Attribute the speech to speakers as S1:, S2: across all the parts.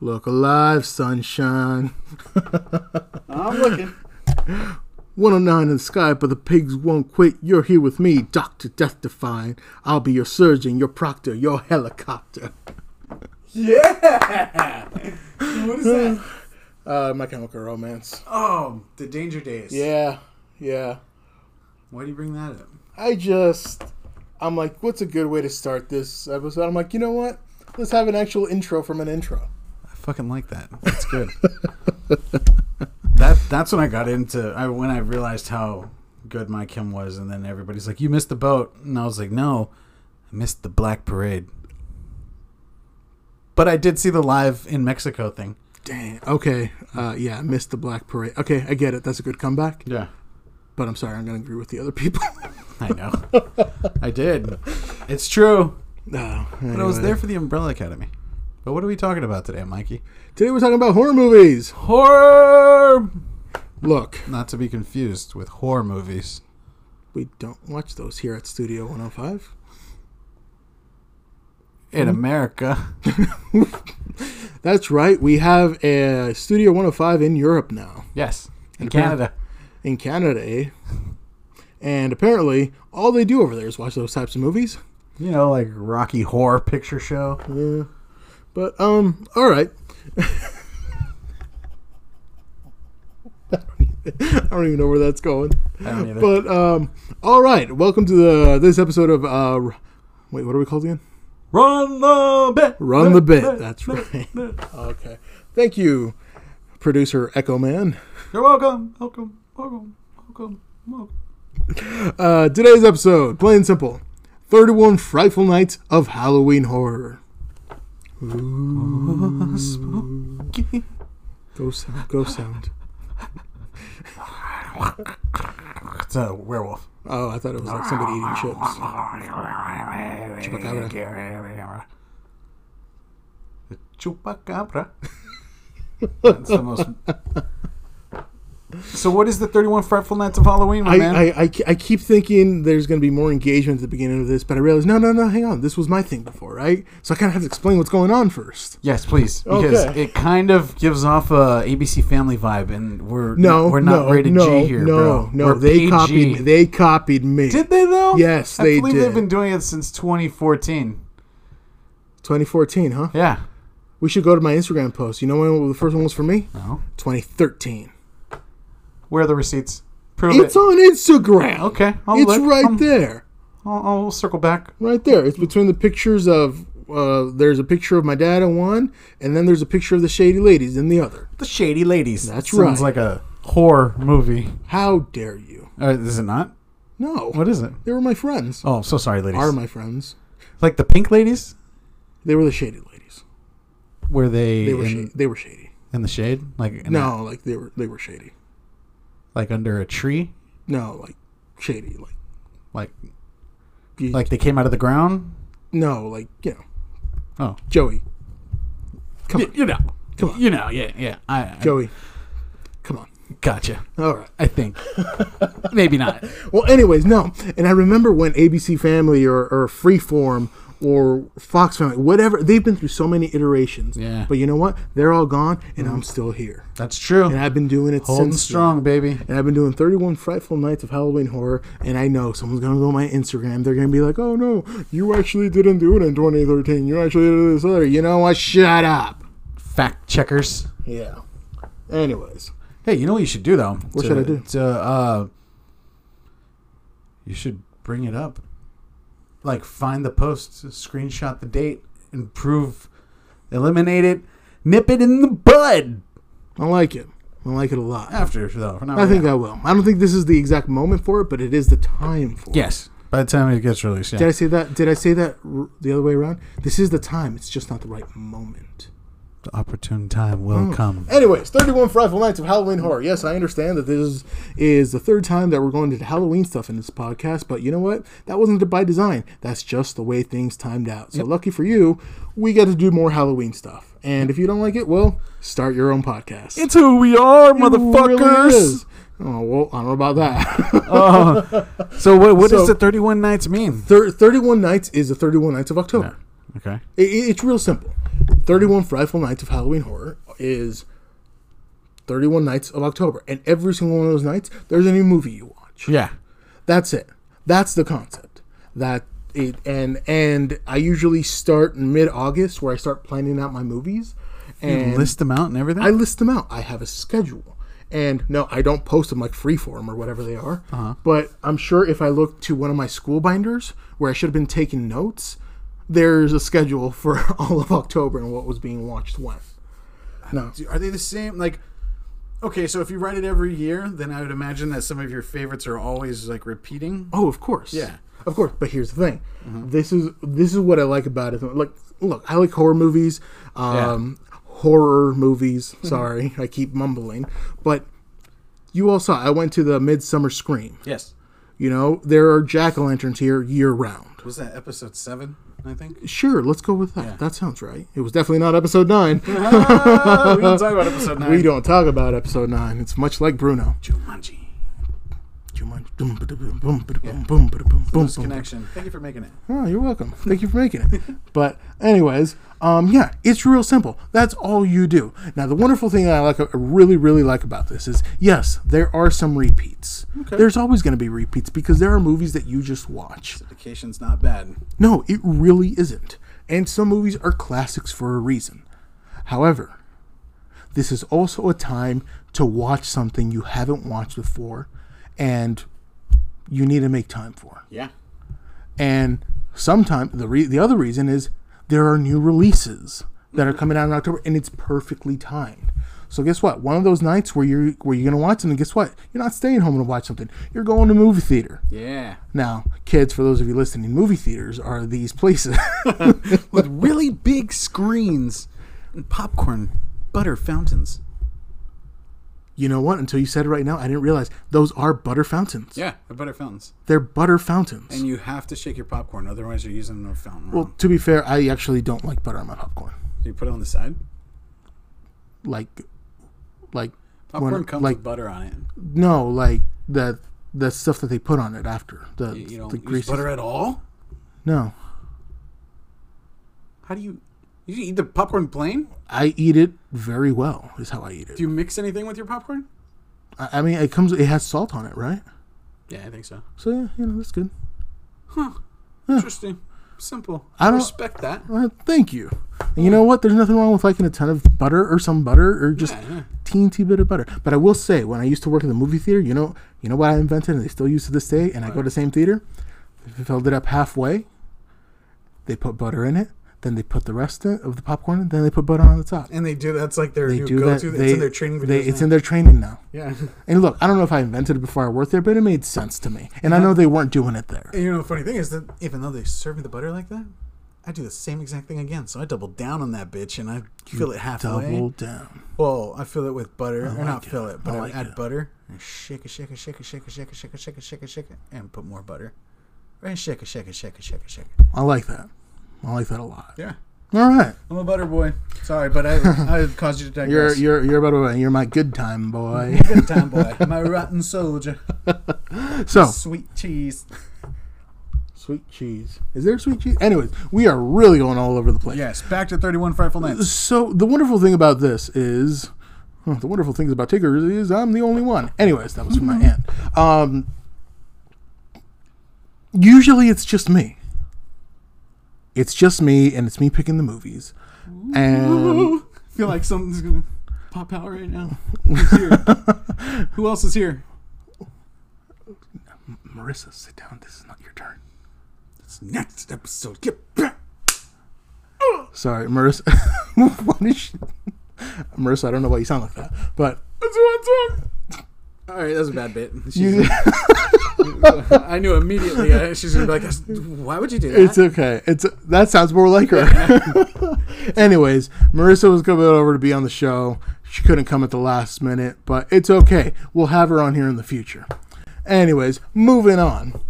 S1: Look alive, sunshine.
S2: I'm looking.
S1: 109 in the sky, but the pigs won't quit. You're here with me, Dr. Death Defying. I'll be your surgeon, your proctor, your helicopter.
S2: Yeah. what is that?
S1: Uh, my chemical romance.
S2: Oh, the Danger Days.
S1: Yeah, yeah.
S2: Why do you bring that up?
S1: I just, I'm like, what's a good way to start this episode? I'm like, you know what? Let's have an actual intro from an intro.
S2: I fucking like that. That's good. that that's when I got into I when I realized how good my Kim was, and then everybody's like, "You missed the boat," and I was like, "No, I missed the Black Parade." But I did see the live in Mexico thing.
S1: Dang. Okay. Uh, yeah, I missed the Black Parade. Okay, I get it. That's a good comeback.
S2: Yeah,
S1: But I'm sorry, I'm going to agree with the other people.
S2: I know. I did. It's true.
S1: no.
S2: But I was there for the Umbrella Academy. But what are we talking about today, Mikey?
S1: Today we're talking about horror movies.
S2: Horror.
S1: Look,
S2: Not to be confused with horror movies.
S1: we don't watch those here at Studio 105.
S2: In America,
S1: That's right. We have a Studio 105 in Europe now,
S2: yes, in
S1: Canada.
S2: Canada.
S1: in Canada, eh? And apparently, all they do over there is watch those types of movies.
S2: you know, like Rocky Horror Picture Show.
S1: Yeah. But, um, all right. I don't even know where that's going.
S2: I don't either.
S1: But, um, all right. Welcome to the this episode of, uh, wait, what are we called again?
S2: Run the bit.
S1: Run the bit. That's right. Okay. Thank you, producer Echo Man.
S2: You're welcome. Welcome. Welcome. Welcome. Welcome.
S1: Uh, today's episode, plain and simple 31 Frightful Nights of Halloween Horror.
S2: Spooky.
S1: Ghost sound, ghost sound.
S2: It's a werewolf.
S1: Oh, I thought it was like somebody eating chips. Chupacabra.
S2: The Chupacabra. That's the most. So, what is the 31 Frightful Nights of Halloween, my
S1: I,
S2: man?
S1: I, I, ke- I keep thinking there's going to be more engagement at the beginning of this, but I realize, no, no, no, hang on. This was my thing before, right? So I kind of have to explain what's going on first.
S2: Yes, please, because
S1: Okay.
S2: it kind of gives off a ABC Family vibe, and we're
S1: No,
S2: we're not
S1: no,
S2: rated
S1: no,
S2: G here,
S1: no,
S2: bro.
S1: No,
S2: We're
S1: they
S2: PG.
S1: copied me. They copied me.
S2: Did they though?
S1: Yes,
S2: I
S1: they
S2: believe
S1: did.
S2: they've been doing it since 2014.
S1: 2014, huh?
S2: Yeah.
S1: We should go to my Instagram post. You know when the first one was for me?
S2: No.
S1: 2013.
S2: Where are the receipts? Prove
S1: It's
S2: it.
S1: on Instagram.
S2: okay. I'll
S1: it's
S2: look.
S1: right
S2: Um,
S1: there.
S2: I'll, I'll circle back.
S1: Right there. It's between the pictures of. Uh, there's a picture of my dad in one, and then there's a picture of the shady ladies in the other.
S2: The Shady Ladies.
S1: That's
S2: Sounds
S1: right.
S2: like a horror movie.
S1: How dare you?
S2: Uh, is it not?
S1: No.
S2: What is it?
S1: They were my friends.
S2: Oh, I'm so sorry, ladies.
S1: Are my friends.
S2: Like the Pink Ladies?
S1: They were the shady ladies.
S2: Were they,
S1: They were
S2: in,
S1: shady. They were shady.
S2: in the shade? Like in a-
S1: No, like they were they were shady.
S2: like under a tree?
S1: No, like shady. Like
S2: Like
S1: you,
S2: like they came out of the ground?
S1: no, like you know
S2: Oh,
S1: Joey. Come
S2: Y-
S1: on,
S2: you know,
S1: Come on.
S2: you know, yeah, yeah. I, I
S1: Joey. Come on.
S2: gotcha.
S1: All right.
S2: I think maybe not.
S1: Well, anyways, no. And I remember when ABC Family or, or Freeform or Fox Family, whatever, they've been through so many iterations.
S2: Yeah.
S1: But you know what? They're all gone, and I'm still here.
S2: That's true.
S1: And I've been doing it
S2: Holding
S1: since.
S2: strong, baby.
S1: And I've been doing 31 frightful nights of Halloween horror, and I know someone's gonna go on my Instagram. They're gonna be like, "Oh no, you actually didn't do it in 2013. You actually did this other. You know what? Shut up."
S2: Fact checkers.
S1: Yeah. Anyways,
S2: Hey, you know what you should do though? What
S1: should I do?
S2: To, uh, you should bring it up. Like find the post, screenshot the date, improve, eliminate it, nip it in the bud.
S1: I like it. I like it a lot.
S2: After though, for now.
S1: I think I will. I don't think this is the exact moment for it, but it is the time for it.
S2: yes. By the time it gets released, yeah.
S1: Did I say that? Did I say that r- the other way around? This is the time. It's just not the right moment.
S2: the opportune time will come.
S1: Anyways, 31 Frightful Nights of Halloween Horror. Yes, I understand that this is, is the third time that we're going into Halloween stuff in this podcast, but you know what? That wasn't by design. That's just the way things timed out. So lucky for you, we get to do more Halloween stuff. And if you don't like it, well, start your own podcast.
S2: It's who we are,
S1: Really
S2: motherfuckers.
S1: is. Oh, well, I don't know about that.
S2: Oh. so what, what
S1: So-
S2: does the 31 nights mean?
S1: Thir- 31 Nights is the 31 Nights of October.
S2: Okay.
S1: It, it- it's real simple. 31 Frightful Nights of Halloween Horror is 31 nights of October. And every single one of those nights, there's a new movie you watch.
S2: Yeah.
S1: That's it. That's the concept. That it and and I usually start mid August where I start planning out my movies. And
S2: You list them out and everything.
S1: I list them out. I have a schedule. And no, I don't post them like freeform or whatever they are. But I'm sure if I look to one of my school binders where I should have been taking notes, there's a schedule for all of October and what was being watched when. No.
S2: Do- Are they the same? Like, okay, so if you write it every year, then I would imagine that some of your favorites are always like repeating.
S1: Oh, of course.
S2: Yeah.
S1: Of course. But here's the thing. This is this is what I like about it. Like, look, I like horror movies. Um, Horror movies. Sorry, I keep mumbling. But you all saw. I went to the Midsummer Scream.
S2: Yes.
S1: You know, there are jack o' lanterns here year round.
S2: Was that episode seven? I think.
S1: Sure, let's go with that. That sounds right. It was definitely not episode nine.
S2: Ah, we don't talk about episode nine.
S1: we don't talk about episode nine. It's much like Bruno.
S2: Jumanji. Loose connection. Thank you for making it.
S1: Oh, you're welcome. Thank you for making it. But anyways, um, yeah, it's real simple. That's all you do. Now, the wonderful thing that I like, I really, really like about this is, yes, there are some repeats. There's always going to be repeats because there are movies that you just watch.
S2: Dedication's not bad.
S1: No, it really isn't. And some movies are classics for a reason. However, this is also a time to watch something you haven't watched before and you need to make time for.
S2: Yeah.
S1: And sometimes the re- the other reason is there are new releases that are coming out in October and it's perfectly timed. So guess what? One of those nights where you're where you're gonna watch something, guess what? You're not staying home to watch something. You're going to movie theater.
S2: Yeah.
S1: Now, kids, for those of you listening, movie theaters are these places.
S2: With really big screens and popcorn butter fountains.
S1: you know what? Until you said it right now, I didn't realize those are butter fountains.
S2: Yeah, they're butter fountains.
S1: They're butter fountains.
S2: And you have to shake your popcorn, otherwise you're using a fountain. Wrong.
S1: well, to be fair, I actually don't like butter on my popcorn.
S2: you put it on the side.
S1: Like, like,
S2: Popcorn
S1: when-
S2: comes
S1: like
S2: with butter on it.
S1: no, like the the stuff that they put on it after the
S2: You
S1: the
S2: don't use
S1: grease.
S2: butter at all.
S1: No,
S2: How do you? You eat the popcorn plain?
S1: I eat it very well. Is how I eat it.
S2: Do you mix anything with your popcorn?
S1: I, I mean, it comes. It has salt on it, right?
S2: Yeah, I think so.
S1: So yeah, you know that's good.
S2: Interesting. Simple.
S1: I
S2: I
S1: don't-
S2: respect that.
S1: Uh, thank you. And you know what? There's nothing wrong with liking a ton of butter or some butter or just
S2: Yeah, yeah.
S1: teensy bit of butter. But I will say, when I used to work in the movie theater, you know, you know what I invented, and they still use to this day, and I go to the same theater. They filled it up halfway. They put butter in it. Then they put the rest in- of the popcorn. and Then they put butter on the top.
S2: And they do that's like their
S1: They
S2: new
S1: do that.
S2: go-to.
S1: They,
S2: it's in their training videos.
S1: they- it's
S2: now.
S1: in their training now.
S2: yeah.
S1: And look, I don't know if I invented it before I worked there, but it made sense to me. And I know they weren't doing it there.
S2: And you know, the funny thing is that even though they serve me the butter like that, I do the same exact thing again. So I double down on that bitch and I fill it halfway.
S1: Double down.
S2: Well, I fill it with butter, or not
S1: like it.
S2: fill it, but
S1: I
S2: I,
S1: like
S2: add
S1: it.
S2: butter and shake it, shake it, shake it, shake it, shake it, shake it, shake it, shake it, shake it, and put more butter. And shake it, shake it, shake it, shake it, shake it.
S1: I like that. I like that a lot.
S2: Yeah,
S1: All right.
S2: I'm a butter boy. Sorry, but I I caused you to digress.
S1: You're you're you're by the way, you're my good time boy.
S2: good time boy, my rotten soldier, Oh.
S1: So
S2: sweet cheese.
S1: sweet cheese. Is there sweet cheese? Anyways, we are really going all over the place.
S2: Yes, back to 31 frightful nights.
S1: So the wonderful thing about this is, well, the wonderful things about Tigger is, is I'm the only one. Anyways, that was from my aunt. Um, usually it's just me. It's just me, and it's me picking the movies. And
S2: I feel like something's gonna pop out right now. Who's here? Who else is here?
S1: Marissa, sit down. This is not your turn.
S2: It's next episode. Get back.
S1: Sorry, Marissa. what is she? Marissa, I don't know why you sound like that, but
S2: That's one song. All right, that's a bad bit. She's
S1: you.
S2: I knew immediately uh, she's gonna be like, "That's- "Why would you do that?"
S1: It's okay. It's that sounds more like her. Anyways, Marissa was coming over to be on the show. She couldn't come at the last minute, but it's okay. We'll have her on here in the future. Anyways, moving on.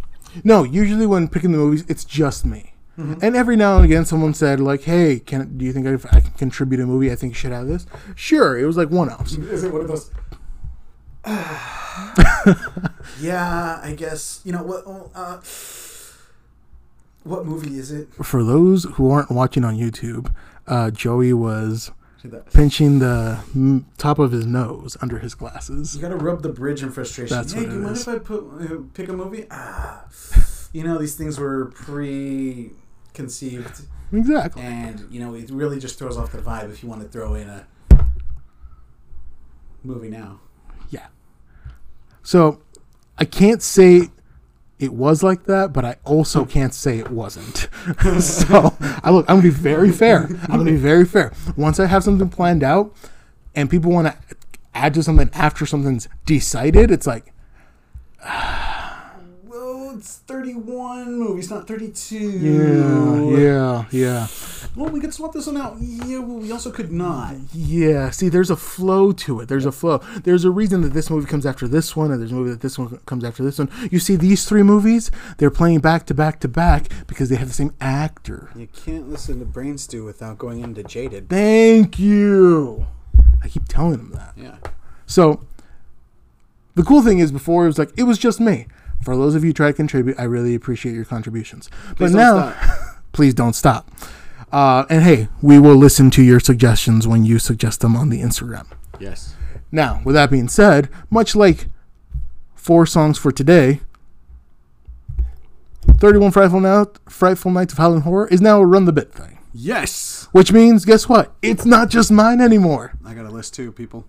S1: No, usually when picking the movies, it's just me. And every now and again, someone said like, "Hey, can do you think if I can contribute a movie, I think you should have this." Sure, it was like one-offs.
S2: Is it one of those? yeah, I guess you know what. well, Uh, oh, What movie is it?
S1: For those who aren't watching on YouTube, uh, Joey was
S2: Look at that.
S1: pinching the m- top of his nose under his glasses.
S2: You gotta rub the bridge in frustration.
S1: That's
S2: hey,
S1: what
S2: do you
S1: it
S2: mind
S1: is.
S2: if I put, uh, pick a movie? Ah, you know these things were pre-conceived,
S1: Exactly.
S2: and you know it really just throws off the vibe if you want to throw in a movie now.
S1: So I can't say it was like that, but I also can't say it wasn't. so I look, I'm gonna be very fair. I'm gonna be very fair. Once I have something planned out, and people want to add to something after something's decided, it's like
S2: Well, it's thirty-one movies, not thirty-two.
S1: yeah, yeah, yeah,
S2: Well, we could swap this one out. Yeah, well, we also could not.
S1: yeah. See, there's a flow to it. There's a flow. There's a reason that this movie comes after this one, and there's a movie that this one comes after this one. You see, these three movies, they're playing back to back to back because they have the same actor.
S2: You can't listen to Brain Stew without going into Jaded.
S1: Thank you. I keep telling him that.
S2: Yeah.
S1: So the cool thing is before it was like it was just me. For those of you who try to contribute, I really appreciate your contributions. but
S2: don't
S1: now please don't stop. Uh, and hey, we will listen to your suggestions when you suggest them on the Instagram.
S2: Yes.
S1: Now, with that being said, much like four songs for today, 31 Frightful, Now, Frightful Nights of Howling Horror is now a run the bit thing.
S2: Yes.
S1: Which means, guess what? It's not just mine anymore.
S2: I got a list too, people.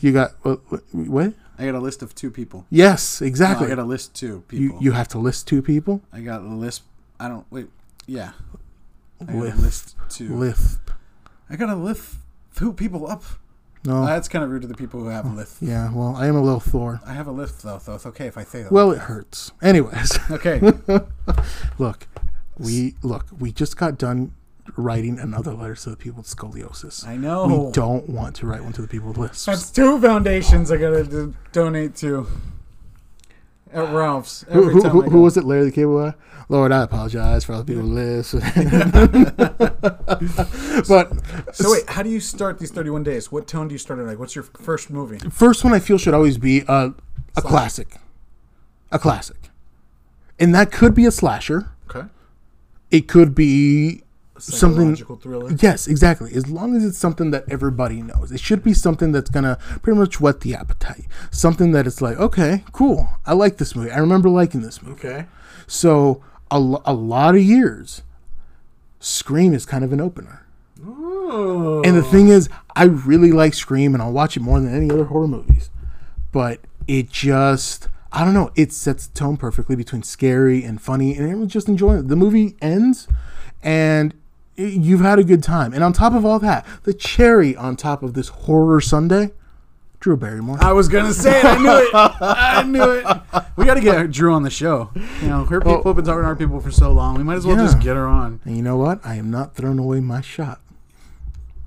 S1: You got what? what- what?
S2: I got a list of two people.
S1: Yes,
S2: No,
S1: exactly.
S2: I got a list two
S1: you
S2: people.
S1: you have to list two people.
S2: I got a list. I don't wait. Yeah. I got
S1: Lith.
S2: a list two.
S1: Lith.
S2: I got a list two people up.
S1: No.
S2: That's kind of rude to the people who have a list.
S1: yeah. Well, I am a little Thor.
S2: I have a list though, so it's okay if I say that.
S1: Well, it hurts. Anyways,
S2: okay.
S1: look, we look. We just got done writing another letter to the people with scoliosis.
S2: I
S1: We
S2: know.
S1: don't want to write one to the people with lisps.
S2: That's two foundations I gotta do, donate to. At Ralph's.
S1: who,
S2: Every
S1: who,
S2: time
S1: who,
S2: I
S1: who
S2: go.
S1: was it? Larry the Cable Guy? Lord, I apologize for all the people with lisps. but
S2: So wait, how do you start these 31 days? What tone do you start it like? What's your first movie?
S1: first one I feel should always be a, a classic. A classic. And that could be a slasher.
S2: Okay.
S1: It could be something.
S2: Psychological thriller.
S1: Yes, exactly. As long as it's something that everybody knows, it should be something that's gonna pretty much whet the appetite. Something that it's like, okay, cool, I like this movie. I remember liking this movie.
S2: Okay.
S1: So a, lo- a lot of years, Scream is kind of an opener.
S2: Ooh.
S1: And the thing is, I really like Scream and I'll watch it more than any other horror movies. But it just, I don't know, it sets the tone perfectly between scary and funny. And everyone's just enjoying it. The movie ends and i- you've had a good time. And on top of all that, the cherry on top of this horror Sunday, Drew Barrymore.
S2: I was gonna say it. I knew it. I knew it. We got to get Drew on the show. You know, her people have been talking to our people for so long. We might as well just
S1: Yeah.
S2: get her on.
S1: And you know what? I am not throwing away my shot.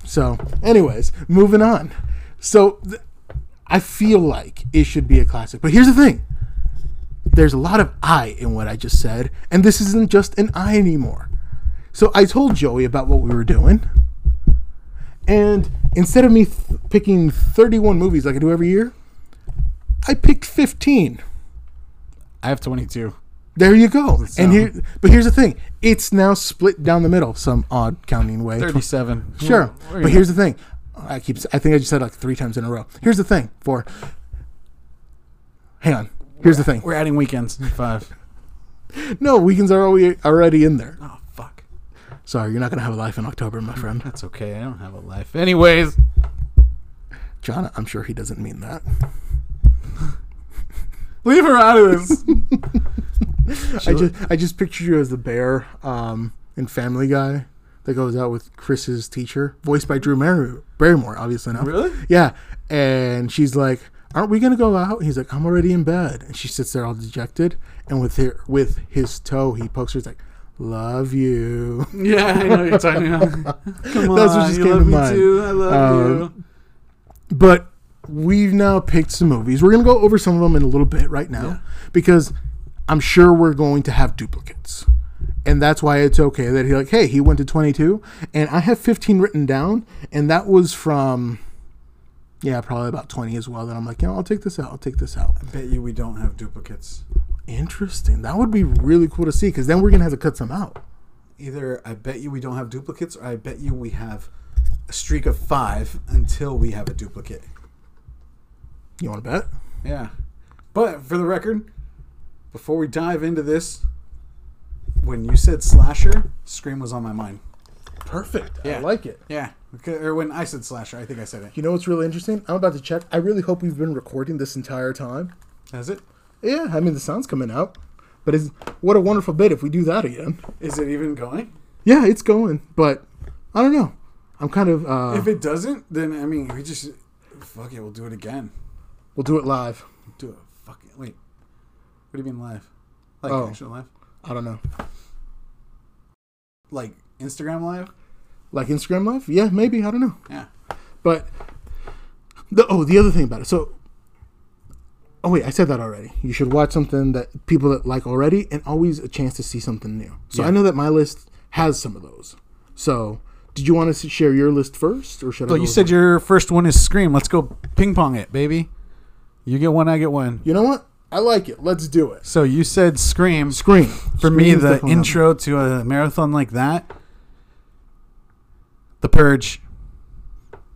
S1: So, anyways, moving on. So, th- I feel like it should be a classic. But here's the thing there's a lot of I in what I just said, and this isn't just an I anymore. So, I told Joey about what we were doing. And instead of me th- picking 31 movies like I do every year, I picked 15.
S2: I have 22.
S1: There you go.
S2: So-
S1: And here, but here's the thing: it's now split down the middle, some odd counting way.
S2: 37.
S1: Sure,
S2: Where are
S1: but
S2: you?
S1: here's the thing: I keep. I think I just said it like three times in a row. Here's the thing: for. Hang on. Here's the thing.
S2: We're adding weekends. Five.
S1: No, weekends are already already in there.
S2: Oh fuck.
S1: Sorry, you're not gonna have a life in October, my friend.
S2: That's okay. I don't have a life. Anyways,
S1: John, I'm sure he doesn't mean that.
S2: leave her out of this.
S1: I just I just pictured you as the bear um, in Family Guy that goes out with Chris's teacher, voiced by Drew Mar- Barrymore, obviously not.
S2: Really?
S1: Yeah. And she's like, "Aren't we gonna go out?" And he's like, "I'm already in bed." And she sits there all dejected, and with her with his toe, he pokes her. He's like, "Love you."
S2: yeah, I know you're talking about. Come on,
S1: That's what just
S2: you
S1: came to
S2: love me
S1: mind. Um,
S2: too. I love you.
S1: but we've now picked some movies. We're gonna go over some of them in a little bit right now because I'm sure we're going to have duplicates. And that's why it's okay that he like, hey, he went to 22, and I have 15 written down, and that was from, yeah, probably about 20 as well. That I'm like, you know, I'll take this out, I'll take this out.
S2: I bet you we don't have duplicates.
S1: Interesting. That would be really cool to see because then we're gonna have to cut some out.
S2: Either I bet you we don't have duplicates, or I bet you we have a streak of five until we have a duplicate.
S1: You want to bet?
S2: Yeah. But for the record, before we dive into this, when you said slasher, Scream was on my mind.
S1: Perfect.
S2: Yeah.
S1: I like it.
S2: Yeah. Okay, Or when I said slasher, I think I said it.
S1: You know what's really interesting? I'm about to check. I really hope we've been recording this entire time.
S2: Has it?
S1: Yeah, I mean the sound's coming out, but it's what a wonderful bit if we do that again.
S2: Is it even going?
S1: Yeah, it's going, but I don't know. I'm kind of uh,
S2: If it doesn't, then I mean, we just fuck it. We'll do it again.
S1: we'll do it live.
S2: Do it. Fuck it. Wait. What do you mean live? Like
S1: Oh.
S2: actual live?
S1: I don't know,
S2: Like Instagram live?
S1: like Instagram live. Yeah, maybe I don't know.
S2: Yeah.
S1: But the oh, the other thing about it. So oh wait, I said that already. You should watch something that people that like already, and always a chance to see something new. So I know that my list has some of those. So did you want to s- share your list first, or should I?
S3: Well,
S1: go
S3: you
S1: with
S3: said
S1: mine?
S3: your first one is Scream. Let's go ping pong it, baby. You get one, I get one.
S1: You know what? I like it. Let's do it.
S3: So you said Scream.
S1: Scream.
S3: For
S1: Scream
S3: me,
S1: is
S3: the
S1: definitely another-
S3: intro to a marathon like that, The Purge.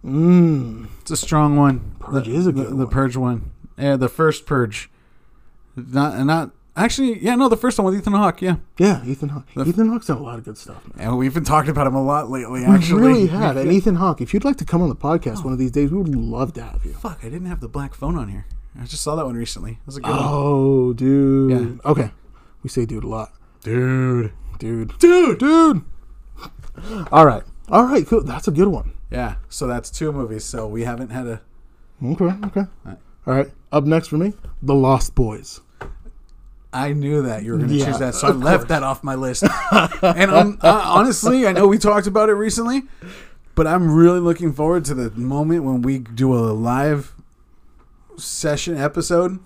S1: Mm.
S3: It's a strong one.
S1: Purge
S3: the,
S1: is
S3: the-
S1: a good
S3: the,
S1: one.
S3: Purge one. Yeah, the first Purge. Not, not actually. Yeah, no, the first one with Ethan Hawke. Yeah,
S1: Yeah, Ethan Hawke. Ethan Hawke's done a lot of good stuff. Man.
S3: and we've been talking about him a lot lately.
S1: We
S3: Actually,
S1: really have. And Ethan Hawke, if you'd like to come on the podcast one of these days, we would love to have you.
S3: Fuck, I didn't have the black phone on here. I just saw that one recently. That was a good one.
S1: Oh, dude. Okay. We say dude a lot.
S3: dude.
S1: Dude. Dude. Dude. All right. All right. Cool. That's a good one.
S2: Yeah. So that's two movies. So we haven't had a.
S1: Okay. Okay. All right. Up next for me, The Lost Boys.
S2: I knew that you were going to
S1: Yeah,
S2: choose that, so I left that off my list. and I'm, uh, honestly, I know we talked about it recently, but I'm really looking forward to the moment when we do a live session episode.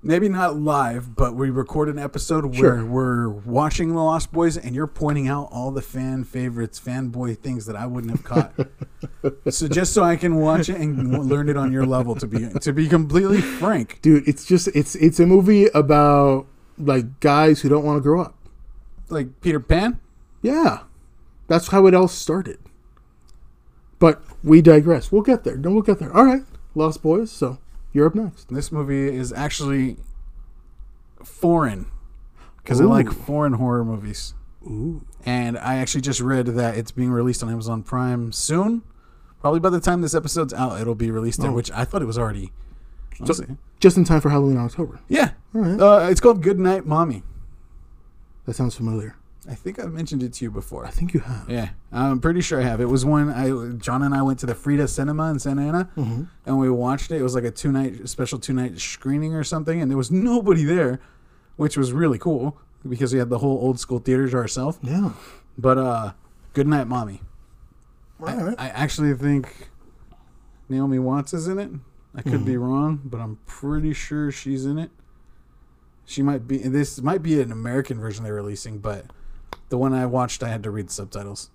S2: Maybe not live, but we record an episode
S1: Sure.
S2: where we're watching The Lost Boys and you're pointing out all the fan favorites, fanboy things that I wouldn't have caught. so just so I can watch it and w- learn it on your level to be to be completely frank.
S1: Dude, it's just it's it's a movie about like guys who don't want to grow up.
S2: Like Peter Pan?
S1: Yeah. That's how it all started. But we digress. We'll get there. No, we'll get there. All right. Lost Boys. So you're up next.
S2: This movie is actually foreign because I like
S1: Ooh.
S2: foreign horror movies. And I actually just read that it's being released on Amazon Prime soon. Probably by the time this episode's out, it'll be released there, which I thought it was already. honestly.
S1: Just in time for Halloween October.
S2: yeah.
S1: right.
S2: Uh, it's called Good Night Mommy.
S1: That sounds familiar.
S2: I think I've mentioned it to you before.
S1: I think you have.
S2: Yeah, I'm pretty sure I have. It was when I John and I went to the Frida Cinema in Santa Ana,
S1: Mm-hmm.
S2: and we watched it. It was like a two night special two night screening or something, and there was nobody there, which was really cool because we had the whole old school theater to ourselves.
S1: Yeah.
S2: But uh, good night, mommy.
S1: All right.
S2: I actually think Naomi Watts is in it. I could
S1: Hmm.
S2: be wrong, but I'm pretty sure she's in it. She might be. This might be an American version they're releasing, but the one I watched, I had to read subtitles.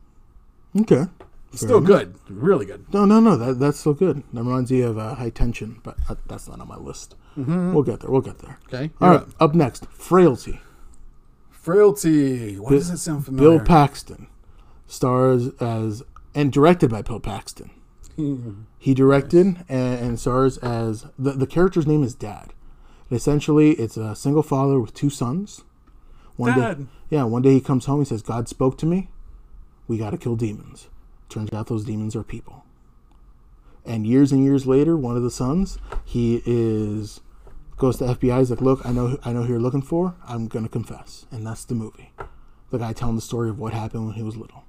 S1: Okay.
S2: Still good, really good.
S1: No, no, no. That, that's so good. That reminds me of uh, High Tension, but uh, that's not on my list. We'll get there. We'll get there.
S2: Okay.
S1: All right. Up next, Frailty.
S2: Frailty. What does that sound
S1: Bill
S2: familiar?
S1: Paxton stars as and directed by Bill Paxton.
S2: Hmm.
S1: He directed and, and stars as the, the character's name is Dad. And essentially, it's a single father with two sons. One Day,
S2: Dad.
S1: yeah, one day he comes home. He says, "God spoke to me. We got to kill demons." Turns out those demons are people. And years and years later, one of the sons he is goes to FBI. He's like, "Look, I know, I know who you're looking for. I'm gonna confess." And that's the movie. The guy telling the story of what happened when he was little.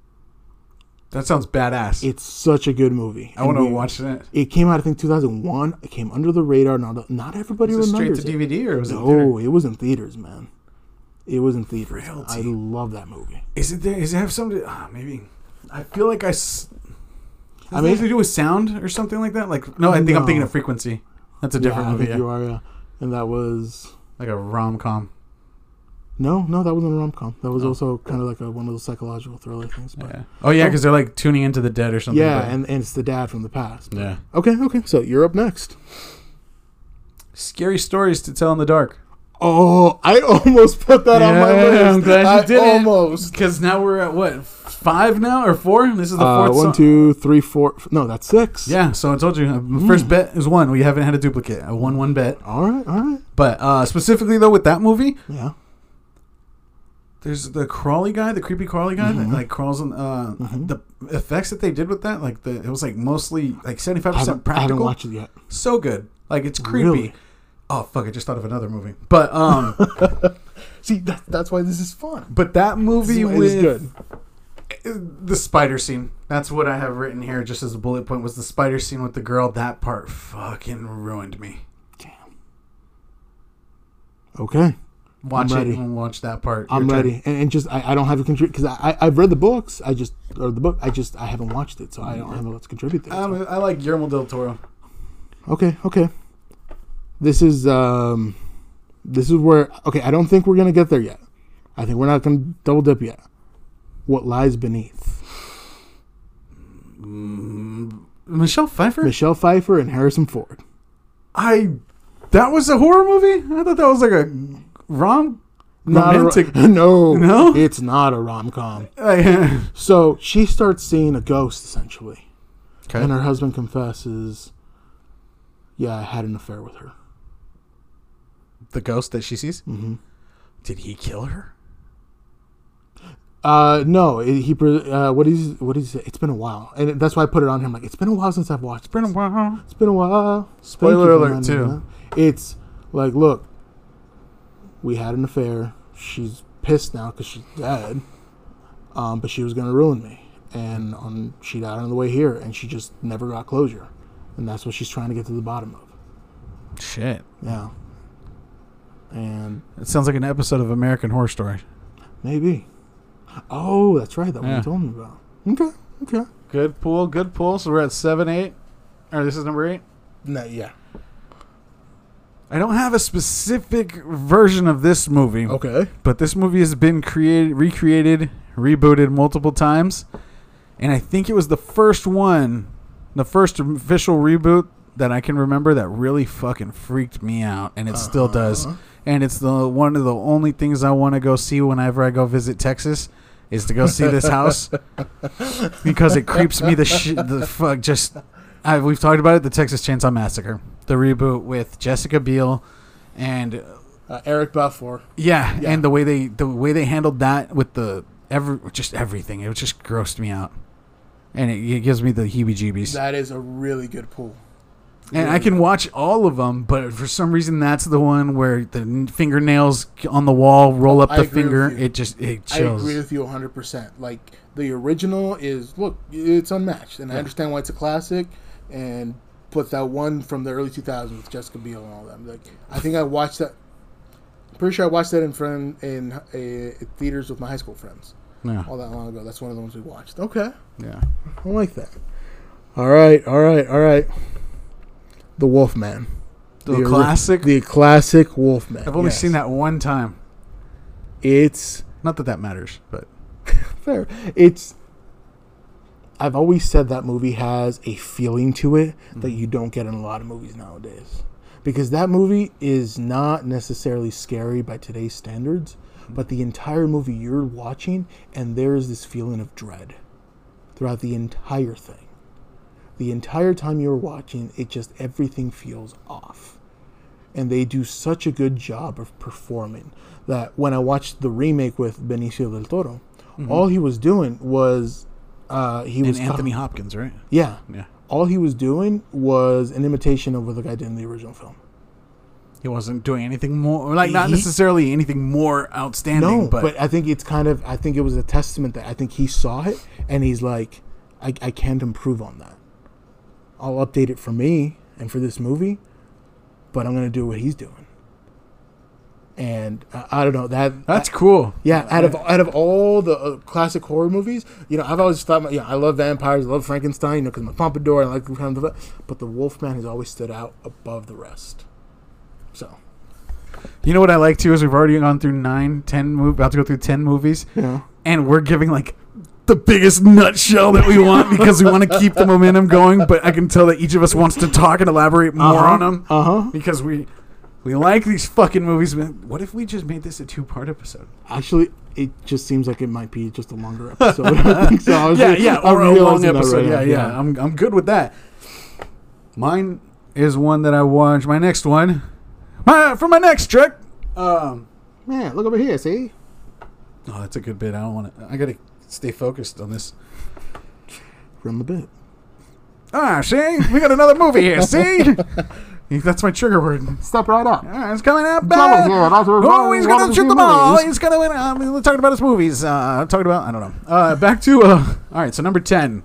S2: that sounds badass.
S1: It's such a good movie.
S2: I want to watch that.
S1: It came out, I think, 2001. It came under the radar. Not not everybody
S2: Is it straight
S1: remembers
S2: to
S1: it.
S2: DVD or was it? theater?
S1: No, it was in theaters, man. It was in theaters. I love that movie.
S2: Is it there? Is it have something? Ah, maybe. I feel like I. S- I
S1: mean-
S2: mean, to do with sound or something like that. Like no, I think
S1: No.
S2: I'm thinking of Frequency. That's a different
S1: yeah, I
S2: movie.
S1: think
S2: yeah.
S1: you are. Yeah. And that was
S2: Like a rom com.
S1: no, no, that wasn't a rom com. That was also kind of like a, one of those psychological thriller things. But yeah,
S2: Oh yeah, because they're like tuning into the dead or something. but-
S1: and, and it's the dad from the past. but-
S2: yeah.
S1: Okay, okay. So you're up next.
S2: Scary stories to tell in the dark.
S1: Oh, I almost put that on my
S2: Yeah,
S1: list.
S2: I'm glad you
S1: I
S2: did it.
S1: almost.
S2: Because now we're at what five now or four? This is the
S1: Uh,
S2: fourth
S1: one,
S2: song.
S1: two, three, four. No, that's six.
S2: Yeah, so I told you, uh,
S1: Hmm.
S2: my first bet is one. We haven't had a duplicate. I won one bet,
S1: All right. All right.
S2: but uh, specifically though with that movie,
S1: Yeah.
S2: there's the crawly guy, the creepy crawly guy
S1: Mm-hmm.
S2: that like crawls on. Uh, The effects that they did with that, like the it was like mostly like seventy five
S1: I
S2: percent
S1: haven't, I haven't
S2: practical.
S1: watched it yet.
S2: so good, like it's creepy.
S1: Really?
S2: Oh fuck! I just thought of another movie, but um,
S1: See, that, that's why this is fun.
S2: but that movie
S1: It
S2: with Uh,
S1: is good.
S2: the spider scene. That's what I have written here, just as a bullet point. Was the spider scene with the girl? That part fucking ruined me.
S1: Okay.
S2: Watch it
S1: ready.
S2: and watch that part.
S1: I'm
S2: Your turn.
S1: ready, and, and just I, I don't have a contribute because I, I I've read the books. I just or the book. I just I haven't watched it, so I don't have a lot to contribute there.
S2: I'm, Um, I like Guillermo del Toro.
S1: okay, okay. This is um, this is where okay. I don't think we're gonna get there yet. I think we're not gonna double dip yet. What lies beneath?
S2: Mm, Michelle Pfeiffer.
S1: Michelle Pfeiffer and Harrison Ford.
S2: I. That was a horror movie. I thought that was like a rom.
S1: Not a ro-
S2: Romantic.
S1: no,
S2: No?
S1: it's not a rom com.
S2: okay.
S1: So she starts seeing a ghost essentially, and
S2: uh,
S1: her husband confesses, "Yeah, I had an affair with her."
S2: The ghost that she sees. Mm-hmm. Did he kill her?
S1: Uh, no, it, he. pre- Uh, what is what is it? It's been a while, and that's why I put it on him. Like it's been a while since I've watched. It's been a
S2: Wow.
S1: It's been a while. Thank
S2: Spoiler
S1: you for
S2: alert,
S1: reminding me
S2: too.
S1: of that. It's like, look, we had an affair. She's pissed now because she's dead. Um, but she was gonna ruin me, and on she died on the way here, and she just never got closure, and that's what she's trying to get to the bottom of.
S2: Shit.
S1: Yeah. And
S2: It sounds like an episode of American Horror Story.
S1: maybe. Oh, that's right. That one
S2: Yeah.
S1: you told me about. Okay. Okay.
S2: Good pull. Good pull. So we're at seven, eight. Or this is number eight.
S1: No. Yeah.
S2: I don't have a specific version of this movie.
S1: Okay.
S2: But this movie has been created, recreated, rebooted multiple times, and I think it was the first one, the first official reboot that I can remember that really fucking freaked me out, and it still
S1: Uh-huh.
S2: does. And it's the one of the only things I want to go see whenever I go visit Texas is to go see this house because it creeps me the shit the fuck just. I, we've talked about it, the Texas Chainsaw Massacre, the reboot with Jessica Biel and
S1: Uh, Eric Balfour.
S2: yeah,
S1: Yeah.
S2: and the way they the way they handled that with the every just everything, it just grossed me out, and it, it gives me the heebie-jeebies.
S1: That is a really good pool.
S2: and I can watch all of them, but for some reason, that's the one where the n- fingernails on the wall roll up
S1: Oh, I
S2: the
S1: agree with
S2: finger.
S1: you.
S2: It just it
S1: I
S2: chills.
S1: agree with you 100%. Like, the original is, look, it's unmatched. And I understand why it's a classic. And but that one from the early 2000s with Jessica Biel and all them. Like, I think I watched that. I'm pretty sure I watched that in friend in uh, theaters with my high school friends
S2: Yeah,
S1: all that long ago. That's one of the ones we watched. Okay.
S2: yeah.
S1: I like that. All right. All right. All right. The Wolfman.
S2: The,
S1: ori-
S2: classic.
S1: The classic Wolfman.
S2: I've only
S1: yes.
S2: seen that one time.
S1: It's.
S2: Not that that matters, but
S1: fair. It's I've always said that movie has a feeling to it that
S2: Mm-hmm.
S1: you don't get in a lot of movies nowadays. Because that movie is not necessarily scary by today's standards,
S2: Mm-hmm.
S1: but the entire movie you're watching and there is this feeling of dread throughout the entire thing. The entire time you're watching, it just everything feels off and they do such a good job of performing that when I watched the remake with Benicio del Toro, all he was doing was uh, he
S2: and
S1: was
S2: Anthony Hopkins, right?
S1: yeah,
S2: Yeah,
S1: all he was doing was an imitation of what the guy did in the original film.
S2: he wasn't doing anything more, like not
S1: He-
S2: necessarily anything more outstanding,
S1: No, but, I think it's kind of I think it was a testament that I think he saw it and he's like, I, I can't improve on that. I'll update it for me and for this movie, but I'm gonna do what he's doing. And uh, I don't know that
S2: that's cool.
S1: Yeah, out of out of all the uh, classic horror movies, you know, I've always thought, my, yeah, I love vampires, I love Frankenstein, you know, because my pompadour, I like the kind of, but the Wolfman has always stood out above the rest. So
S2: You know what I like too is we've already gone through nine, ten mov about to go through ten movies,
S1: Yeah.
S2: and we're giving like the biggest nutshell that we want because we want to keep the
S1: Uh-huh.
S2: momentum going. But I can tell that each of us wants to talk and elaborate more on them
S1: uh huh,
S2: because we We like these fucking movies. man. What if we just made this a two-part episode?
S1: Actually, it just seems like it might be just a longer episode. I think so. I was
S2: Yeah,
S1: like-
S2: yeah,
S1: I'm
S2: or a long
S1: realizing that
S2: episode.
S1: oh, right
S2: yeah,
S1: now.
S2: yeah, I'm I'm good with that. Mine is one that I watched. My next one, my for my next trick. Um,
S1: Man, look over here. See,
S2: oh, that's a good bit. I don't want to. I gotta stay focused on this.
S1: run the bit.
S2: Ah, see, we got another movie here. See, that's my trigger word.
S1: Step right up.
S2: Ah, it's coming up.
S1: Coming
S2: uh,
S1: here, that's what-
S2: oh, he's
S1: what
S2: gonna
S1: is
S2: shoot
S1: he
S2: the ball.
S1: movies?
S2: He's gonna. win. Uh, we're talking about his movies. Uh, I'm talking about. I don't know. Uh, back to. Uh, all right. So number ten.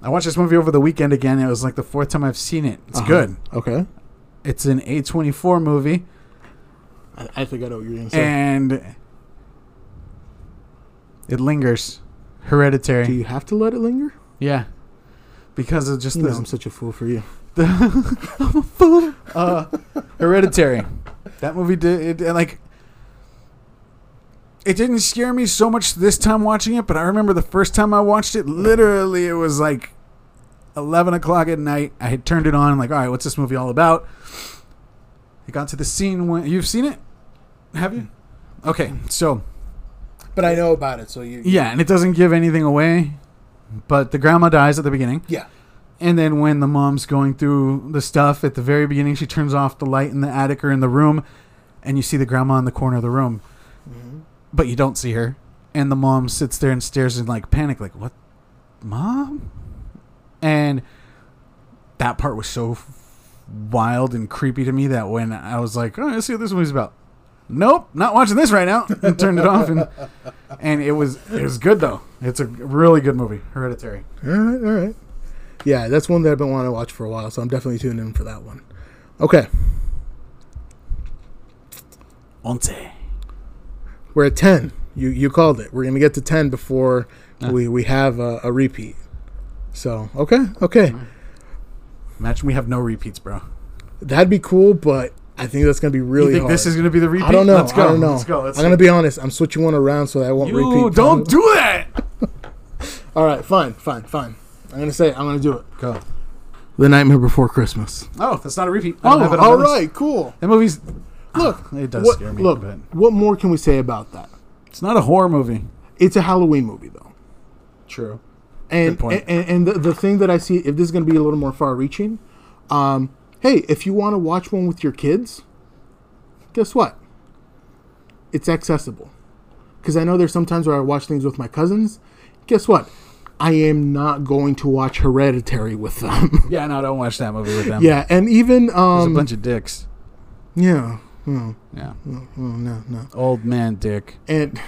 S2: I watched this movie over the weekend again. It was like the fourth time I've seen it. It's
S1: Uh-huh.
S2: good.
S1: Okay.
S2: It's an A24 movie,
S1: I, I think I know what you're gonna say.
S2: and it lingers. Hereditary.
S1: Do you have to let it linger?
S2: Yeah, because of just
S1: No,
S2: this
S1: I'm such a fool for you.
S2: uh, Hereditary. That movie did it, and like. It didn't scare me so much this time watching it, but I remember the first time I watched it. Literally, it was like eleven o'clock at night. I had turned it on. like, all right, what's this movie all about? It got to the scene when you've seen it, have you? Okay, so
S3: But I know about it, so you.
S2: yeah, and it doesn't give anything away, but the grandma dies at the beginning.
S3: Yeah.
S2: And then when the mom's going through the stuff at the very beginning, she turns off the light in the attic or in the room, and you see the grandma in the corner of the room, but you don't see her. And the mom sits there and stares in like panic, like "What, mom?" And that part was so f- wild and creepy to me that when I was like, "Oh, let's see what this movie's about," nope, not watching this right now, and turned it off. And and it was it was good though. It's a really good movie, Hereditary.
S1: All right, all right. Yeah, that's one that I've been wanting to watch for a while, so I'm definitely tuning in for that one. Okay,
S2: Once.
S1: we're at ten. You you called it. We're gonna get to ten before we we have a, a repeat. So okay, okay,
S2: Imagine we have no repeats, bro.
S1: that'd be cool, but I think that's gonna be really
S2: you think
S1: hard.
S2: this is going to be the repeat?
S1: I don't know.
S2: Let's go.
S1: I don't know.
S2: Let's go. Let's
S1: I'm gonna be honest. I'm switching one around so that I won't
S2: you
S1: repeat.
S2: don't do that.
S1: All right, fine, fine, fine. I'm gonna say it. I'm gonna do it.
S2: Go.
S1: The Nightmare Before Christmas.
S2: Oh, that's not a repeat. I
S1: Oh,
S2: don't have it on my
S1: all
S2: list.
S1: right, cool.
S2: That movie's.
S1: Look,
S2: Ah, It does
S1: what,
S2: scare me,
S1: look,
S2: but-
S1: what more can we say about that?
S2: It's not a horror movie.
S1: It's a Halloween movie, though.
S2: True.
S1: and
S2: point.
S1: and, and the, the thing that I see if this is going to be a little more far reaching, um, hey, if you want to watch one with your kids, guess what? It's accessible. Because I know there's sometimes where I watch things with my cousins. Guess what? I am not going to watch Hereditary with them.
S2: Yeah, no, don't watch that movie with them.
S1: yeah, and even
S2: There's
S1: um,
S2: a bunch of dicks.
S1: yeah, no,
S2: Yeah.
S1: Mm. no, no,
S2: Old man dick.
S1: and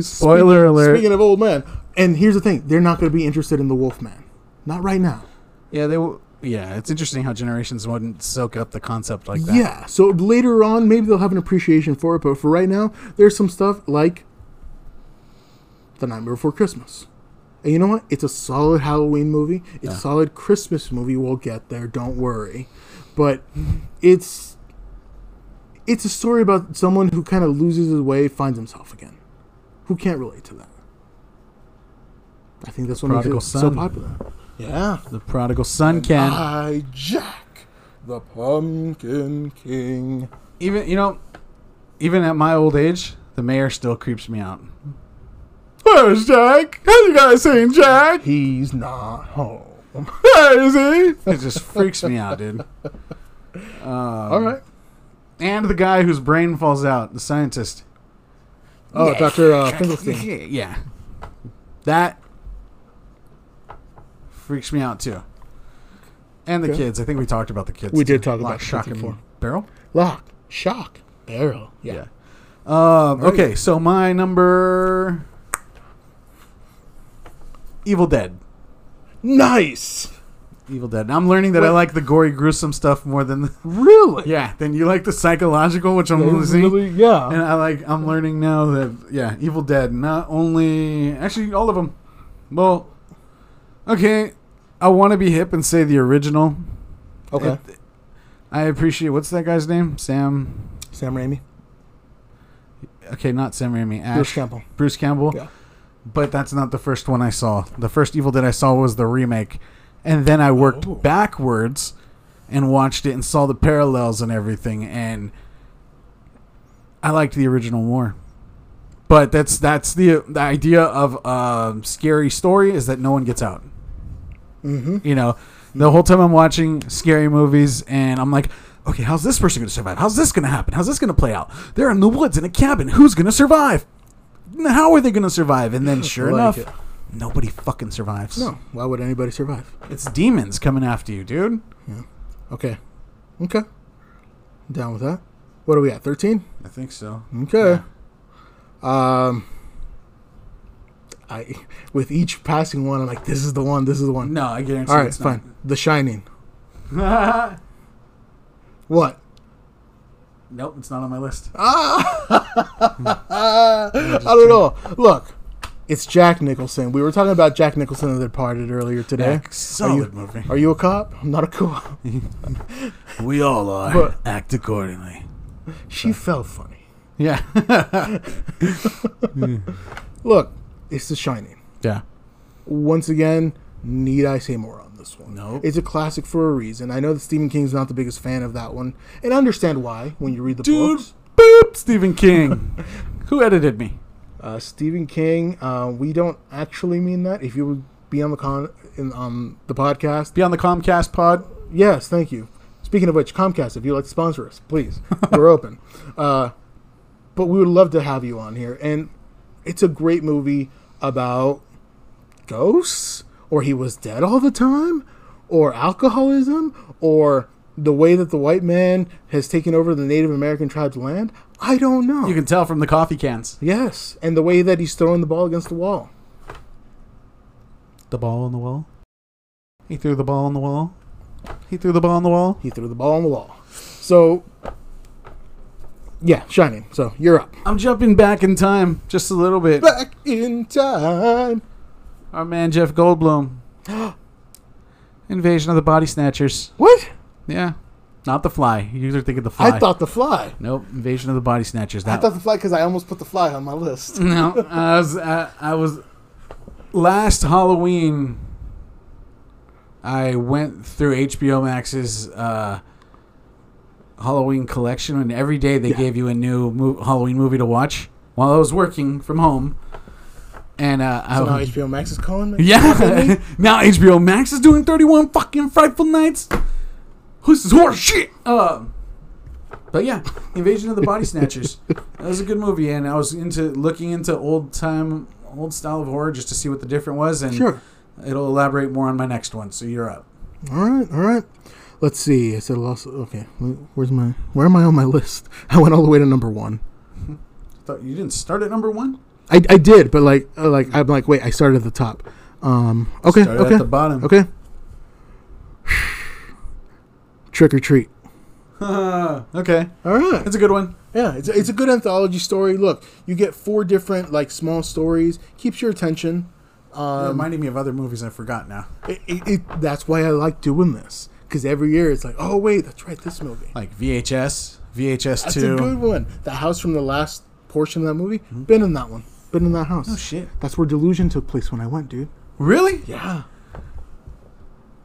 S2: Spoiler alert.
S1: speaking of old man, and here's the thing: they're not going to be interested in the Wolfman, not right now.
S2: yeah, they. W- yeah, it's interesting how generations wouldn't soak up the concept like that.
S1: Yeah. So later on, maybe they'll have an appreciation for it, but for right now, there's some stuff like The Nightmare Before Christmas. And you know what? It's a solid Halloween movie. It's a solid Christmas movie. We'll get there. Don't worry. But it's it's a story about someone who kind of loses his way, finds himself again. Who can't relate to that? I think that's what makes
S2: Prodigal
S1: it so
S2: son.
S1: popular. Yeah.
S2: The prodigal son can.
S1: I Jack, the Pumpkin King.
S2: even you know, even at my old age, the mayor still creeps me out. Where's Jack? Have you guys seen Jack?
S1: He's not
S2: Um,
S1: home.
S2: Where is he? It just freaks me out, dude.
S1: All right.
S2: And the guy whose brain falls out, the scientist.
S1: Oh, Dr. Uh, Finkelstein.
S2: yeah, that freaks me out too. And the
S1: Okay.
S2: kids. I think we talked about the kids.
S1: We
S2: too.
S1: did talk
S2: Lock,
S1: about the
S2: shock
S1: kids before.
S2: and barrel.
S1: Lock, shock, barrel.
S2: Yeah. Um,
S1: Right.
S2: okay, so my number Evil Dead.
S1: Nice.
S2: Evil Dead. I'm learning that I
S1: Wait.
S2: like the gory, gruesome stuff more than the,
S1: Really?
S2: yeah. Then you like the psychological, which I'm losing.
S1: Really, yeah.
S2: and I like.
S1: Um,
S2: I'm learning now that yeah, Evil Dead. Not only actually all of them. Well, okay. I want to be hip and say the original.
S1: okay.
S2: uh, It- I appreciate what's that guy's name? Sam.
S1: Sam Raimi.
S2: Okay, not Sam Raimi. Ash.
S1: Bruce Campbell.
S2: Bruce Campbell.
S1: Yeah.
S2: But that's not the first one I saw. The first Evil Dead I saw was the remake. And then I worked
S1: Oh.
S2: backwards and watched it and saw the parallels and everything and I liked the original more. But that's that's the the idea of a scary story is that no one gets out. You know, the whole time I'm watching scary movies and I'm like, okay, how's this person going to survive? How's this going to happen? How's this going to play out? They're in the woods in a cabin. Who's going to survive? How are they going to survive? And then, sure
S1: I like
S2: enough,
S1: it.
S2: nobody fucking survives.
S1: No, Oh, why would anybody survive?
S2: It's demons coming after you, dude.
S1: Okay. Okay. Down with that. What are we at? 13?
S2: I think so.
S1: Okay. Um I with each passing one I'm like this is the one, this is the one.
S2: No, I guarantee
S1: All right,
S2: it's
S1: fine. The Shining.
S2: not.
S1: What?
S2: nope, it's not on my list.
S1: I don't know. Look, it's Jack Nicholson. We were talking about Jack Nicholson and the Departed earlier today.
S2: Solid
S1: you-
S2: movie.
S1: Are you a cop? I'm not a cop.
S2: We all are.
S1: But-
S2: Act accordingly.
S1: She felt funny.
S2: Yeah.
S1: Look, it's The Shining.
S2: yeah.
S1: Once again, need I say more on this one?
S2: Nope.
S1: It's a classic for a reason. I know that Stephen King's not the biggest fan of that one, and I understand why when you read the
S2: Dude,
S1: books.
S2: boop, Stephen King. Who edited me?
S1: Uh, Stephen King, uh, we don't actually mean that. If you would be on the con in, on the podcast,
S2: Beyond the Comcast pod?
S1: Yes, thank you. Speaking of which, Comcast, if you'd like to sponsor us, please, we're open. Uh, but we would love to have you on here. And it's a great movie about ghosts, or he was dead all the time, or alcoholism, or the way that the white man has taken over the Native American tribe's land. I don't know.
S2: You can tell from the coffee cans.
S1: yes, and the way that he's throwing the ball against the wall.
S2: The ball on the wall? He threw the ball on the wall. He threw the ball on the wall.
S1: He threw the ball on the wall. So, yeah, Shining. So you're up.
S2: I'm jumping back in time just a little bit.
S1: Back in time.
S2: Our man Jeff Goldblum. Invasion of the Body Snatchers.
S1: What?
S2: Yeah. Not the fly. You guys are thinking the fly.
S1: I thought the fly.
S2: Nope. Invasion of the Body Snatchers. That
S1: I thought the fly because I almost put the fly on my list.
S2: No, I was I, I was last Halloween. I went through HBO Max's uh, Halloween collection, and every day they gave you a new mo- Halloween movie to watch while I was working from home. And uh, I
S1: So now
S2: was-
S1: HBO Max is calling me.
S2: yeah, now HBO Max is doing thirty-one fucking frightful nights. This is horse shit. Uh, but yeah, Invasion of the Body Snatchers. that was a good movie, and I was into looking into old time, old style of horror just to see what the different was, and
S1: Sure.
S2: it'll elaborate more on my next one. So you're up.
S1: All right. All right. Let's see. I said lost. Okay. Where's my? Where am I on my list? I went all the way to number one.
S2: Thought you didn't start at number one.
S1: I, I did, but like uh, like I'm like wait. I started at the top. Um. Okay.
S2: Started
S1: okay.
S2: at the bottom.
S1: Okay. Trick or treat.
S2: okay,
S1: All right.
S2: that's a good one.
S1: Yeah, it's a, it's a good anthology story. Look, you get four different like small stories. Keeps your attention.
S2: It
S1: Um,
S2: reminded Uh, me of other movies I forgot now,
S1: it, it, it, that's why I like doing this because every year it's like, oh wait, that's right, this movie.
S2: like VHS, VHS
S1: That's
S2: two.
S1: a good one. The house from the last portion of that movie. Been in that one. Been in that house.
S2: oh shit!
S1: Mm-hmm. That's where Delusion took place when I went, dude.
S2: Really?
S1: Yeah.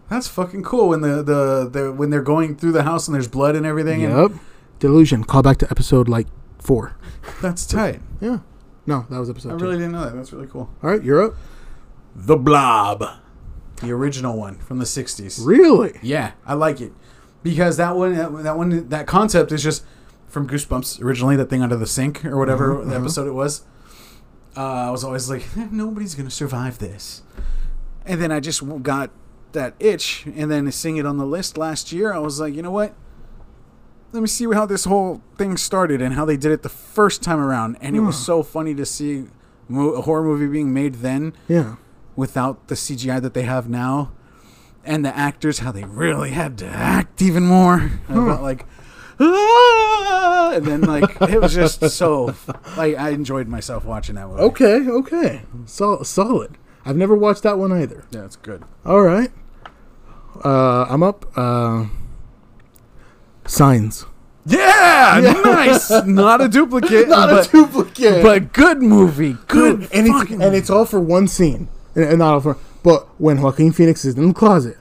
S2: That's fucking cool when the, the, the when they're going through the house and there's blood and everything. and-
S1: Yep. Delusion. Call back to episode like four.
S2: that's tight.
S1: Yeah. No, that was episode.
S2: I
S1: two.
S2: really didn't know that. That's really cool.
S1: All right, you're up.
S2: The Blob, the original one from the '60s.
S1: Really?
S2: Yeah, I like it because that one that one that concept is just from Goosebumps originally. That thing under the sink or whatever episode it was. Uh, I was always like, "Eh, nobody's gonna survive this, and then I just w- got that itch, and then seeing it on the list last year, I was like, you know what? Let me see how this whole thing started and how they did it the first time around, and it was so funny to see mo- a horror movie being made then
S1: Yeah.
S2: without the CGI that they have now, and the actors how they really had to act even more. About like, "Ah!" and then like it was just so like I enjoyed myself watching that movie.
S1: Okay. Okay. Sol- solid. I've never watched that one either.
S2: yeah, it's good.
S1: All right. Uh, I'm up. Uh, signs.
S2: Yeah, nice. Not a duplicate, but,
S1: duplicate.
S2: but good movie. Good
S1: Dude, and it's,
S2: fucking.
S1: and it's all for one scene, and, and not all for. But when Joaquin Phoenix is in the closet,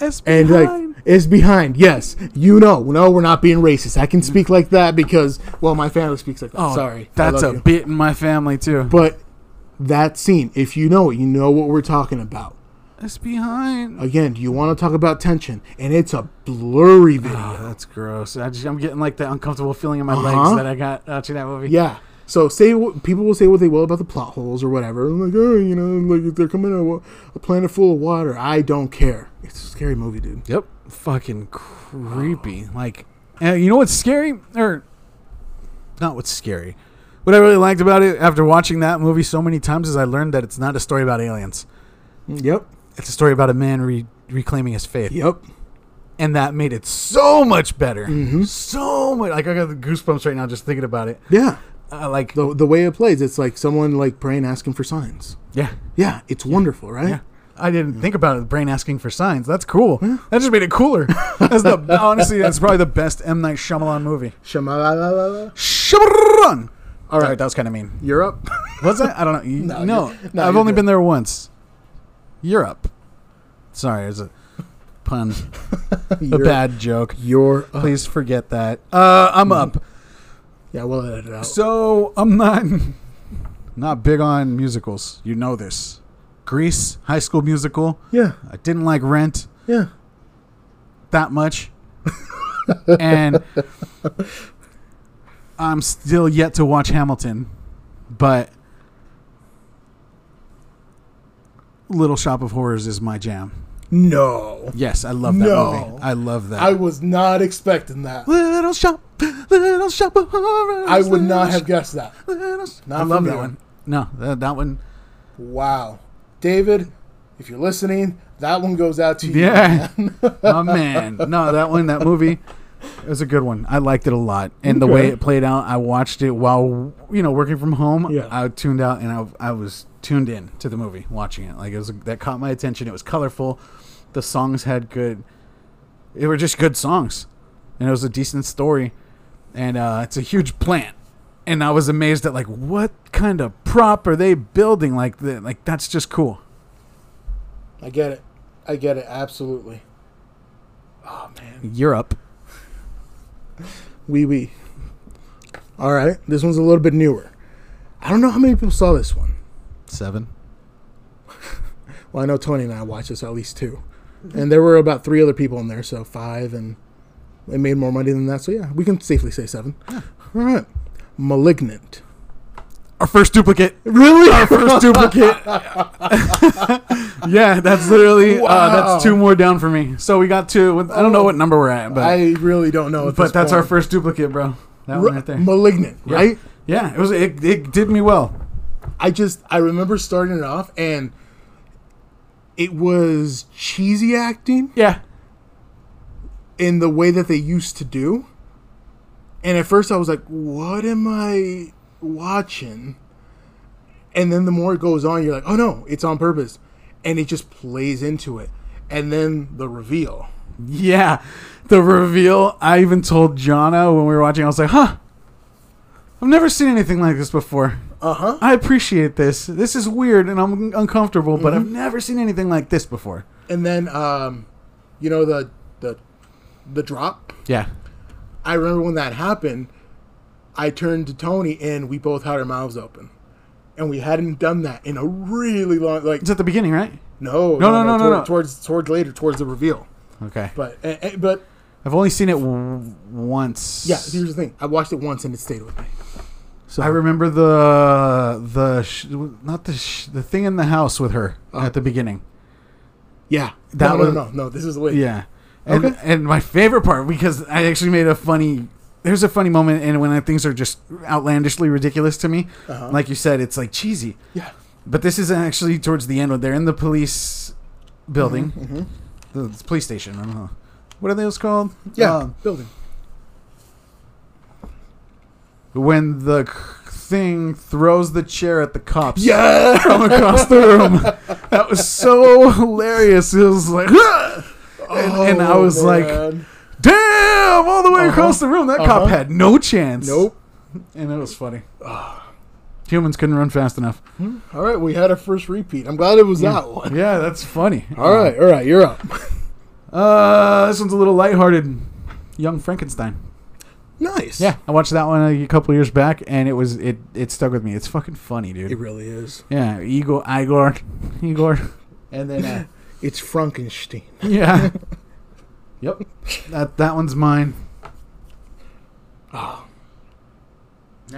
S2: it's
S1: and
S2: behind.
S1: like is behind. Yes, you know. No, we're not being racist. I can speak like that because, well, my family speaks like that.
S2: Oh,
S1: Sorry. I
S2: That's a
S1: love you.
S2: bit in my family too.
S1: But that scene, if you know it, you know what we're talking about.
S2: It's behind.
S1: Again, you want to talk about tension, and it's a blurry video.
S2: Oh, that's gross. I just, I'm getting like that uncomfortable feeling in my
S1: Uh-huh.
S2: legs that I got watching that movie.
S1: Yeah. So say what, people will say what they will about the plot holes or whatever. Like, oh, you know, like they're coming to a, a planet full of water. I don't care. It's a scary movie, dude.
S2: Yep. Fucking creepy. Like, uh, you know what's scary? Or, not what's scary. What I really liked about it after watching that movie so many times is I learned that it's not a story about aliens.
S1: Yep.
S2: It's a story about a man re- reclaiming his faith.
S1: Yep.
S2: And that made it so much better. So much. Like, I got the goosebumps right now just thinking about it.
S1: Yeah.
S2: Uh, like,
S1: The the way it plays, it's like someone like praying, asking for signs.
S2: yeah.
S1: Yeah, it's wonderful, right?
S2: Yeah. I didn't think about it. The brain asking for signs. That's cool. That just made it cooler. That's the honestly. That's probably the best M Night Shyamalan movie.
S1: Shamalalala.
S2: Shyamalan. All
S1: right.
S2: right, that was kind of mean.
S1: Europe.
S2: Was it? I don't know. You-
S1: No,
S2: no,
S1: you're- no,
S2: I've
S1: you're
S2: only
S1: good.
S2: been there once. Europe. Sorry, it's a pun. a
S1: Europe.
S2: bad joke.
S1: You're up.
S2: Please forget that. Uh, I'm up.
S1: Yeah, we'll edit it out.
S2: So I'm not not big on musicals. You know this. Grease, High School Musical.
S1: yeah,
S2: I didn't like Rent.
S1: yeah.
S2: that much. and I'm still yet to watch Hamilton, but Little Shop of Horrors is my jam.
S1: No.
S2: Yes, I love that
S1: No.
S2: movie. I love that.
S1: I was not expecting that.
S2: little Shop, Little Shop of Horrors.
S1: I would
S2: Little
S1: not have
S2: Sh-
S1: guessed that.
S2: Little Sh-
S1: Not
S2: I love
S1: familiar.
S2: that one. No, that, that one.
S1: Wow. David, if you're listening, that one goes out to you.
S2: Yeah, my man. No, that one, that movie, it was a good one. I liked it a lot, and the way
S1: Okay.
S2: it played out, I watched it while you know working from home.
S1: Yeah.
S2: I tuned out, and I I was tuned in to the movie, watching it. Like it was that caught my attention. It was colorful. The songs had good. It were just good songs, and it was a decent story, and uh, it's a huge plant. And I was amazed at like what kind of prop are they building? Like, the, like that's just cool.
S1: I get it. I get it. Absolutely. Oh, man.
S2: Europe.
S1: Wee wee. All right. This one's a little bit newer. I don't know how many people saw this one.
S2: Seven.
S1: Well, I know Tony and I watched this at least two. And there were about three other people in there, so five, and it made more money than that. So, yeah, we can safely say seven. All right. Malignant.
S2: Our first duplicate.
S1: Really?
S2: first duplicate. yeah, that's literally uh,
S1: Wow.
S2: that's two more down for me. So we got two. With, I don't know what number we're at, but
S1: I really don't know. At
S2: but
S1: this
S2: that's
S1: point.
S2: our first duplicate, bro. That one right there.
S1: Malignant,
S2: Yeah.
S1: right?
S2: Yeah, it was it, it did me well.
S1: I just I remember starting it off and it was cheesy acting
S2: Yeah.
S1: in the way that they used to do. And at first I was like, what am I watching? And then the more it goes on, you're like, oh no, it's on purpose. And it just plays into it. And then the reveal.
S2: Yeah. The reveal, I even told Jana when we were watching, I was like, huh. I've never seen anything like this before.
S1: Uh huh.
S2: I appreciate this. This is weird and I'm uncomfortable, but
S1: Mm-hmm.
S2: I've never seen anything like this before.
S1: And then um you know the the the drop.
S2: Yeah.
S1: I remember when that happened, I turned to Tony and we both had our mouths open. And we hadn't done that in a really long like
S2: It's at the beginning, right?
S1: no
S2: No, no, no, no,
S1: toward-
S2: no.
S1: towards towards later towards the reveal.
S2: Okay.
S1: But eh, eh, but
S2: I've only seen it w- once.
S1: yeah, here's the thing. I watched it once and it stayed with me.
S2: I remember the the sh- not the sh- the thing in the house with her
S1: Oh.
S2: at the beginning.
S1: Yeah.
S2: That
S1: no,
S2: was-
S1: no, no, no, this is way
S2: Yeah, and
S1: Okay.
S2: and my favorite part because I actually made a funny. There's a funny moment, and when I- things are just outlandishly ridiculous to me,
S1: Uh-huh.
S2: like you said, it's like cheesy.
S1: Yeah.
S2: But this is actually towards the end when they're in the police building,
S1: Mm-hmm,
S2: the, the police station. I don't know what are those called.
S1: Yeah.
S2: Um,
S1: building.
S2: when the c- thing throws the chair at the cops.
S1: Yeah.
S2: from across the room. That was so hilarious. It was like, "Ah!" and,
S1: Oh,
S2: and I was like, damn, all the way across the room. That
S1: Uh-huh.
S2: cop had no chance.
S1: Nope.
S2: And it was funny. Humans couldn't run fast enough.
S1: All right, we had our first repeat. I'm glad it was that one.
S2: Yeah, that's funny.
S1: All right, all right, you're up.
S2: Uh, this one's a little lighthearted. Young Frankenstein.
S1: Nice.
S2: Yeah, I watched that one a couple years back, and it was it it stuck with me. It's fucking funny, dude.
S1: It really is.
S2: yeah, Igor, Igor, Igor, and then uh,
S1: It's Frankenstein.
S2: yeah, yep. That that one's mine. Now Ah.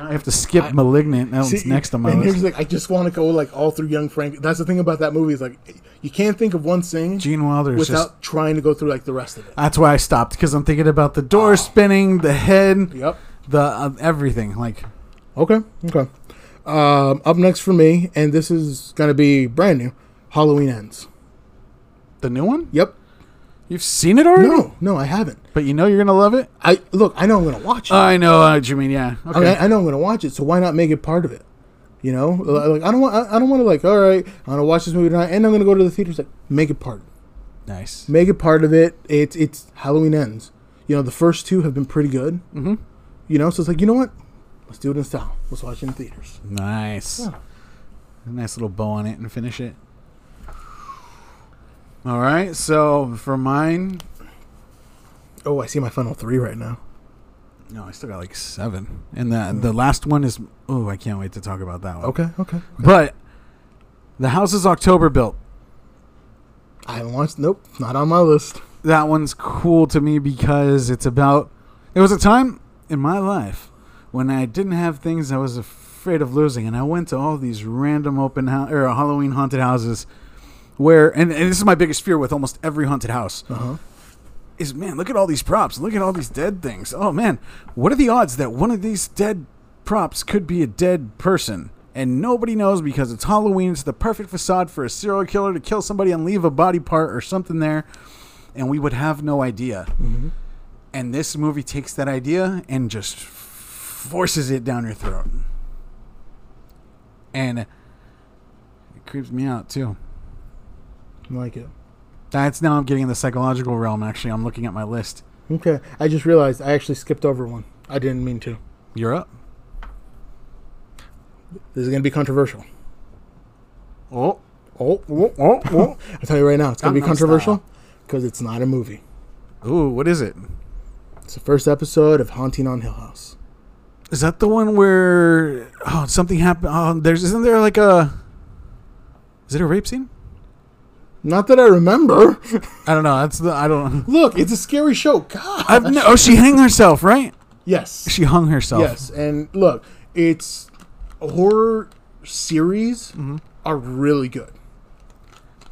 S2: I have to skip Malignant. That one's
S1: See,
S2: next on my
S1: and
S2: list.
S1: here's like I just want to go like all through Young Frank. That's the thing about that movie is like you can't think of one thing
S2: Gene Wilder is
S1: without
S2: just.
S1: trying to go through like the rest of it.
S2: That's why I stopped because I'm thinking about the door spinning, the head,
S1: Yep.
S2: the uh, everything. Like
S1: Okay. Okay. Um, up next for me, and this is gonna be brand new. Halloween ends.
S2: the new one.
S1: Yep.
S2: You've seen it already,
S1: No, no, I haven't.
S2: but you know you're gonna love it.
S1: I look. I know I'm gonna watch it.
S2: I know uh, what you mean. Yeah.
S1: I,
S2: Okay.
S1: mean, I know I'm gonna watch it, so why not make it part of it? You know, like I don't want. I I don't want to like. All right, I'm gonna watch this movie tonight, and I'm gonna go to the theaters. Like, make it part. of it.
S2: Nice.
S1: Make it part of it. It's it's Halloween ends. You know, the first two have been pretty good. Mm-hmm. You know, so it's like you know what? Let's do it in style. Let's watch it in theaters.
S2: Nice. A nice little bow on it and finish it. All right. So for mine,
S1: Oh, I see my final three right now.
S2: no, I still got like seven, and the the last one is. Oh, I can't wait to talk about that one.
S1: Okay, okay.
S2: But the house is October built.
S1: I haven't watched. Nope, not on my list.
S2: That one's cool to me because it's about. There was a time in my life when I didn't have things I was afraid of losing, and I went to all these random open house or Halloween haunted houses, where and, and this is my biggest fear with almost every haunted house.
S1: Uh huh.
S2: is man, look at all these props. Look at all these dead things. Oh man, what are the odds that one of these dead props could be a dead person? And nobody knows because it's Halloween. It's the perfect facade for a serial killer to kill somebody and leave a body part or something there. And we would have no idea. And this movie takes that idea and just forces it down your throat. And it creeps me out too.
S1: Like it.
S2: That's now I'm getting in the psychological realm, actually. I'm looking at my list.
S1: Okay, I just realized I actually skipped over one. I didn't mean to.
S2: You're up.
S1: This is gonna be controversial.
S2: Oh.
S1: Oh, oh, oh, oh. I tell you right now, it's gonna be
S2: Gangnam
S1: controversial because it's not a movie.
S2: Ooh, what is it?
S1: It's the first episode of Haunting on Hill House.
S2: Is that the one where oh something happened? Oh, there's isn't there like a is it a rape scene?
S1: Not that I remember.
S2: I don't know. That's the I don't.
S1: Look, it's a scary show. God.
S2: I've no, oh, she hung herself, right?
S1: yes.
S2: She hung herself.
S1: Yes, and look, it's horror series are really good.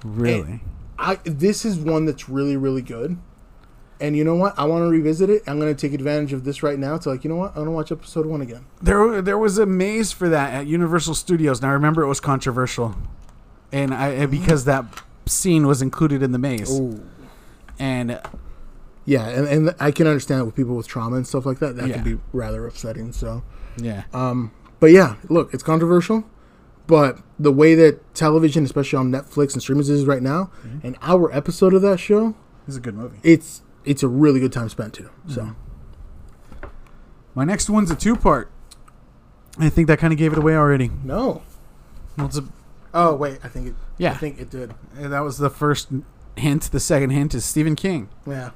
S2: Really?
S1: I this is one that's really really good. And you know what? I want to revisit it. I'm going to take advantage of this right now to like, you know what? I'm going to watch episode 1 again.
S2: There there was a maze for that at Universal Studios, and I remember it was controversial, and I and because that scene was included in the maze,
S1: Ooh.
S2: and
S1: Yeah, and, and I can understand with people with trauma and stuff like that. That
S2: Yeah.
S1: can be rather upsetting. So,
S2: yeah,
S1: um, but yeah, look, it's controversial, but the way that television, especially on Netflix and streamers, is right now, an hour episode of that show,
S2: it's a good movie.
S1: it's it's a really good time spent too. So,
S2: My next one's a two part. I think that kind of gave it away already.
S1: no,
S2: Well, it's a
S1: oh wait, I think it,
S2: yeah.
S1: I think it did.
S2: And that was the first hint. The second hint is Stephen King.
S1: Yeah,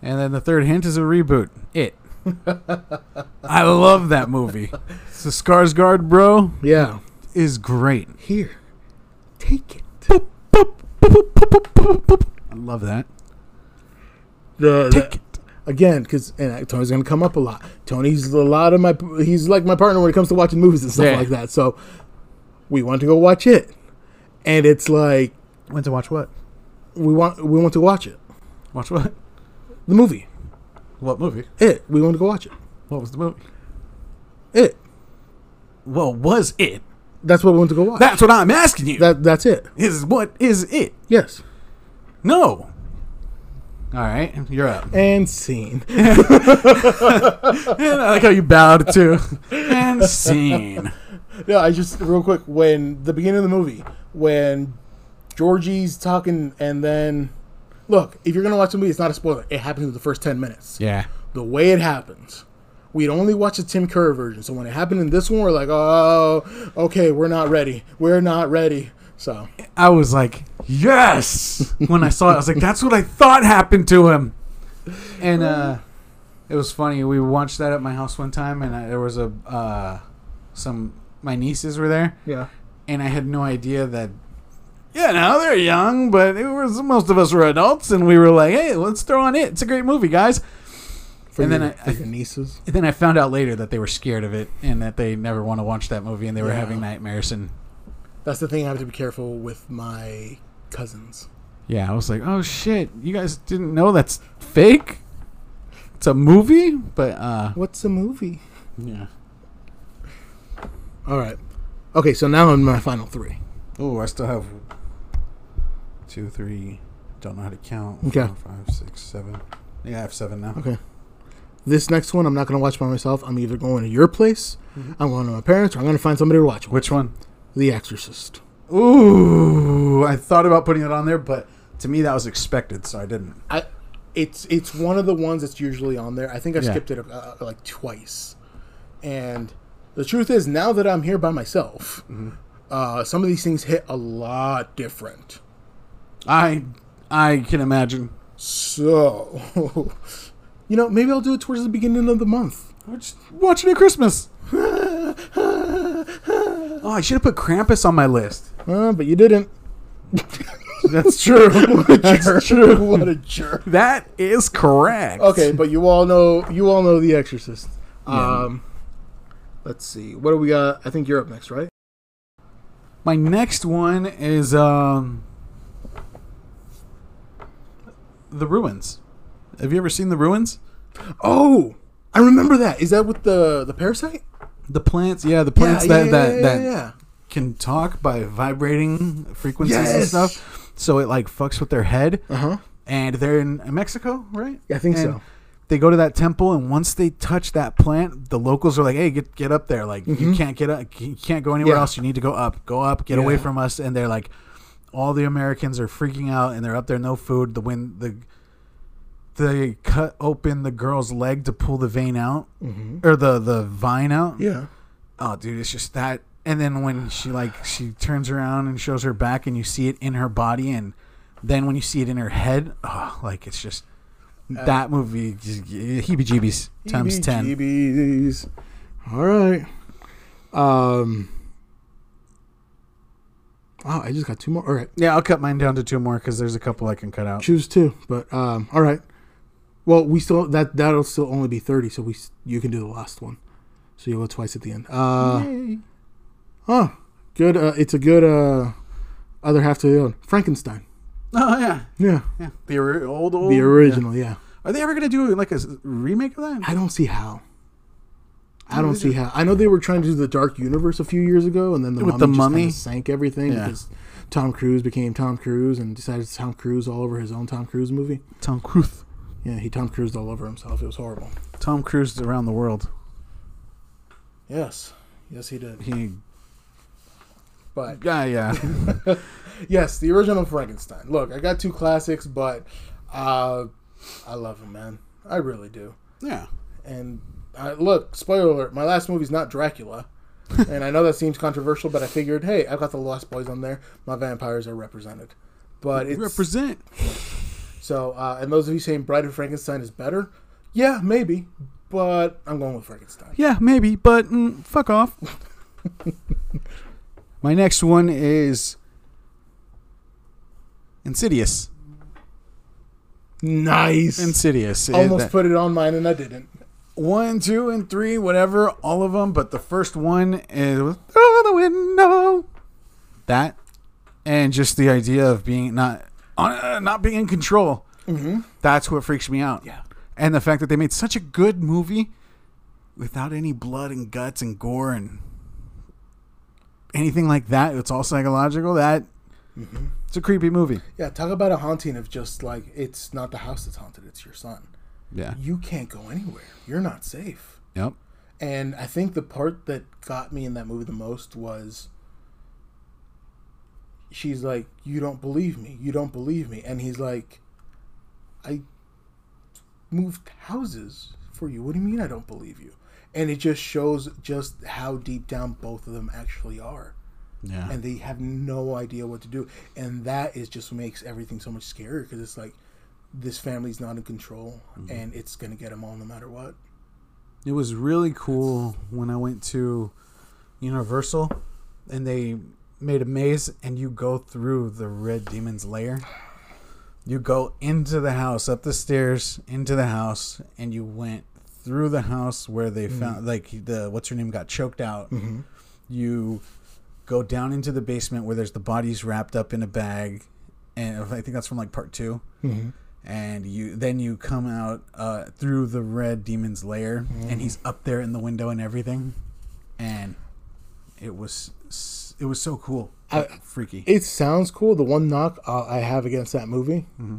S2: And then the third hint is a reboot. It. I love that movie. So Skarsgård, bro,
S1: yeah.
S2: is great.
S1: Here, take it.
S2: I love that.
S1: The,
S2: Take
S1: the again, because and I- Tony's gonna come up a lot. Tony's a lot of my. He's like my partner when it comes to watching movies and stuff
S2: Yeah.
S1: like that. So, we want to go watch it, and it's like
S2: Went to watch what?
S1: we want we want to watch it.
S2: Watch what?
S1: The movie.
S2: What movie?
S1: It. We want to go watch it.
S2: What was the movie?
S1: It.
S2: Well, was it?
S1: That's what we want to go watch.
S2: That's what I'm asking you.
S1: that that's it.
S2: Is what is it?
S1: Yes.
S2: No. All right, you're up.
S1: And scene.
S2: And I like how you bowed too. and scene.
S1: No, I just real quick when the beginning of the movie when Georgie's talking and then look if you're gonna watch the movie it's not a spoiler it happens in the first ten minutes
S2: Yeah.
S1: the way it happens we'd only watched the Tim Curry version so when it happened in this one we're like oh okay we're not ready we're not ready So
S2: I was like, yes. When I saw it, I was like, that's what I thought happened to him. And uh, it was funny. We watched that at my house one time, and I, there was a uh, some my nieces were there,
S1: yeah,
S2: and I had no idea that. Yeah, now they're young, but it was most of us were adults, and we were like, hey, let's throw on it. It's a great movie, guys.
S1: for,
S2: And
S1: your,
S2: then I-
S1: for your nieces.
S2: And then I found out later that they were scared of it and that they never want to watch that movie and they were
S1: Yeah.
S2: having nightmares and
S1: That's the thing. I have to be careful with my cousins.
S2: yeah, I was like, "Oh shit, you guys didn't know that's fake? It's a movie?" But uh
S1: What's a movie?
S2: yeah.
S1: All right. Okay, so now on my final three.
S2: Oh, I still have two, three. Don't know how to count.
S1: Okay.
S2: Four, five, six, seven. Yeah, I have seven now.
S1: Okay. This next one, I'm not going to watch by myself. I'm either going to your place,
S2: Mm-hmm.
S1: I'm going to my parents, or I'm going to find somebody to watch it. with.
S2: Which one?
S1: The Exorcist.
S2: Ooh, I thought about putting it on there, but to me that was expected, so I didn't.
S1: I, it's it's one of the ones that's usually on there. I think I
S2: Yeah.
S1: skipped it uh, like twice, and the truth is now that I'm here by myself, uh, some of these things hit a lot different.
S2: I I can imagine.
S1: So, you know, maybe I'll do it towards the beginning of the month.
S2: Which watching at Christmas. oh, I should have put Krampus on my list.
S1: Uh, but you didn't.
S2: That's true.
S1: That's true. What a jerk.
S2: that is correct.
S1: Okay, but you all know you all know The Exorcist. Um, let's see. What do we got? I think you're up next, right?
S2: My next one is um The Ruins. Have you ever seen The Ruins?
S1: Oh, I remember that. Is that with the the parasite?
S2: The plants, yeah, the plants that that that
S1: yeah.
S2: can talk by vibrating frequencies and
S1: Yes.
S2: stuff. So it like fucks with their head.
S1: Uh-huh.
S2: And they're in Mexico, right?
S1: Yeah, I think
S2: And
S1: so.
S2: They go to that temple, and once they touch that plant, the locals are like, "Hey, get get up there! Like you can't get up, you can't go anywhere
S1: Mm-hmm. Yeah.
S2: else. You need to go up, go up, get away
S1: Yeah.
S2: from us!" And they're like, all the Americans are freaking out, and they're up there, no food. The wind, the they cut open the girl's leg to pull the vein out
S1: Mm-hmm.
S2: or the the vine out
S1: Yeah.
S2: oh dude it's just that and then when she like she turns around and shows her back and you see it in her body and then when you see it in her head oh like it's just that movie heebie jeebies times 10
S1: EBGBs. All right. Um. Oh, I just got two more. All right,
S2: yeah i'll cut mine down to two more because there's a couple i can cut out
S1: choose two. But um, all right. Well, we still that that'll still only be thirty, so we s- you can do the last one. So you will go twice at the end. Uh, huh. Good. Uh, it's a good uh, other half to the other. one. Frankenstein.
S2: oh yeah
S1: Yeah,
S2: yeah the ori- old old
S1: the original. yeah.
S2: are they ever gonna do like a s- remake of that
S1: I don't see how. I don't see how. I know they were trying to do the Dark Universe a few years ago, and then the mummy,
S2: With the
S1: just
S2: mummy?
S1: kinda sank everything
S2: Yeah.
S1: because Tom Cruise became Tom Cruise and decided to Tom Cruise all over his own Tom Cruise movie.
S2: tom cruise
S1: Yeah, he Tom Cruised all over himself. It was horrible.
S2: tom cruise around the world
S1: Yes, yes, he did.
S2: he
S1: But
S2: yeah yeah
S1: yes, the original Frankenstein. Look, I got two classics, but uh, I love him, man. I really do.
S2: yeah
S1: And I, look, spoiler alert, my last movie's not Dracula. and I know that seems controversial, but I figured, hey, I've got the Lost Boys on there. My vampires are represented. But it's
S2: represent
S1: so, uh, and those of you saying Bride of Frankenstein is better, yeah, maybe, but I'm going with Frankenstein.
S2: Yeah, maybe, but mm, fuck off. My next one is Insidious.
S1: Nice.
S2: Insidious.
S1: Almost
S2: Uh,
S1: put it on mine, and I didn't.
S2: one, two, and three, whatever, all of them. But the first one is through the window. That, and just the idea of being not on, uh, not being in control. Mm-hmm. That's what freaks me out.
S1: Yeah.
S2: and the fact that they made such a good movie without any blood and guts and gore and anything like that. It's all psychological. That it's a creepy movie.
S1: Yeah, talk about a haunting of just like it's not the house that's haunted; it's your son.
S2: Yeah.
S1: You can't go anywhere. You're not safe.
S2: Yep.
S1: And I think the part that got me in that movie the most was she's like, You don't believe me. You don't believe me. And he's like, I moved houses for you. What do you mean I don't believe you? And it just shows just how deep down both of them actually are.
S2: Yeah.
S1: and they have no idea what to do, and that is just makes everything so much scarier because it's like this family's not in control, and it's gonna get them all no matter what.
S2: It was really cool when I went to Universal and they made a maze and you go through the red demon's lair. You go into the house, up the stairs, into the house, and you went through the house where they found like the what's her name got choked out. You go down into the basement where there's the bodies wrapped up in a bag, and I think that's from like part 2 and you then you come out uh, through the red demon's lair, and he's up there in the window and everything, and it was s- it was so cool,
S1: I-
S2: freaky.
S1: It sounds cool. The one knock uh, I have against that movie,
S2: Mm-hmm.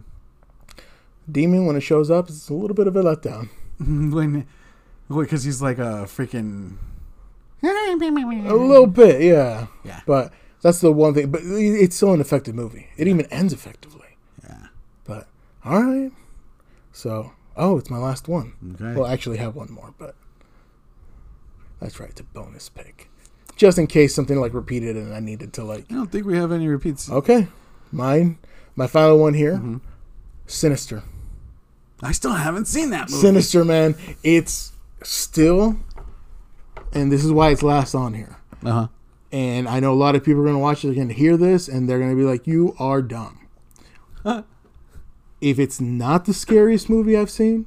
S1: Demon, when it shows up, it's a little bit of a letdown.
S2: when because he's like a freaking
S1: Oh. A little bit, yeah.
S2: Yeah.
S1: But that's the one thing. But i- it's still an effective movie. It even ends effectively.
S2: yeah.
S1: But all right. So, oh, it's my last one.
S2: Okay.
S1: Well, I actually have one more, but that's right. It's a bonus pick, just in case something like repeated and I needed to like.
S2: I don't think we have any repeats.
S1: Okay, mine. My final one here.
S2: Mm-hmm.
S1: Sinister.
S2: I still haven't seen that movie.
S1: Sinister, man. It's still, and this is why it's last on here.
S2: Uh huh.
S1: And I know a lot of people are going to watch it, they're going to hear this, and they're going to be like, you are dumb. if it's not the scariest movie I've seen,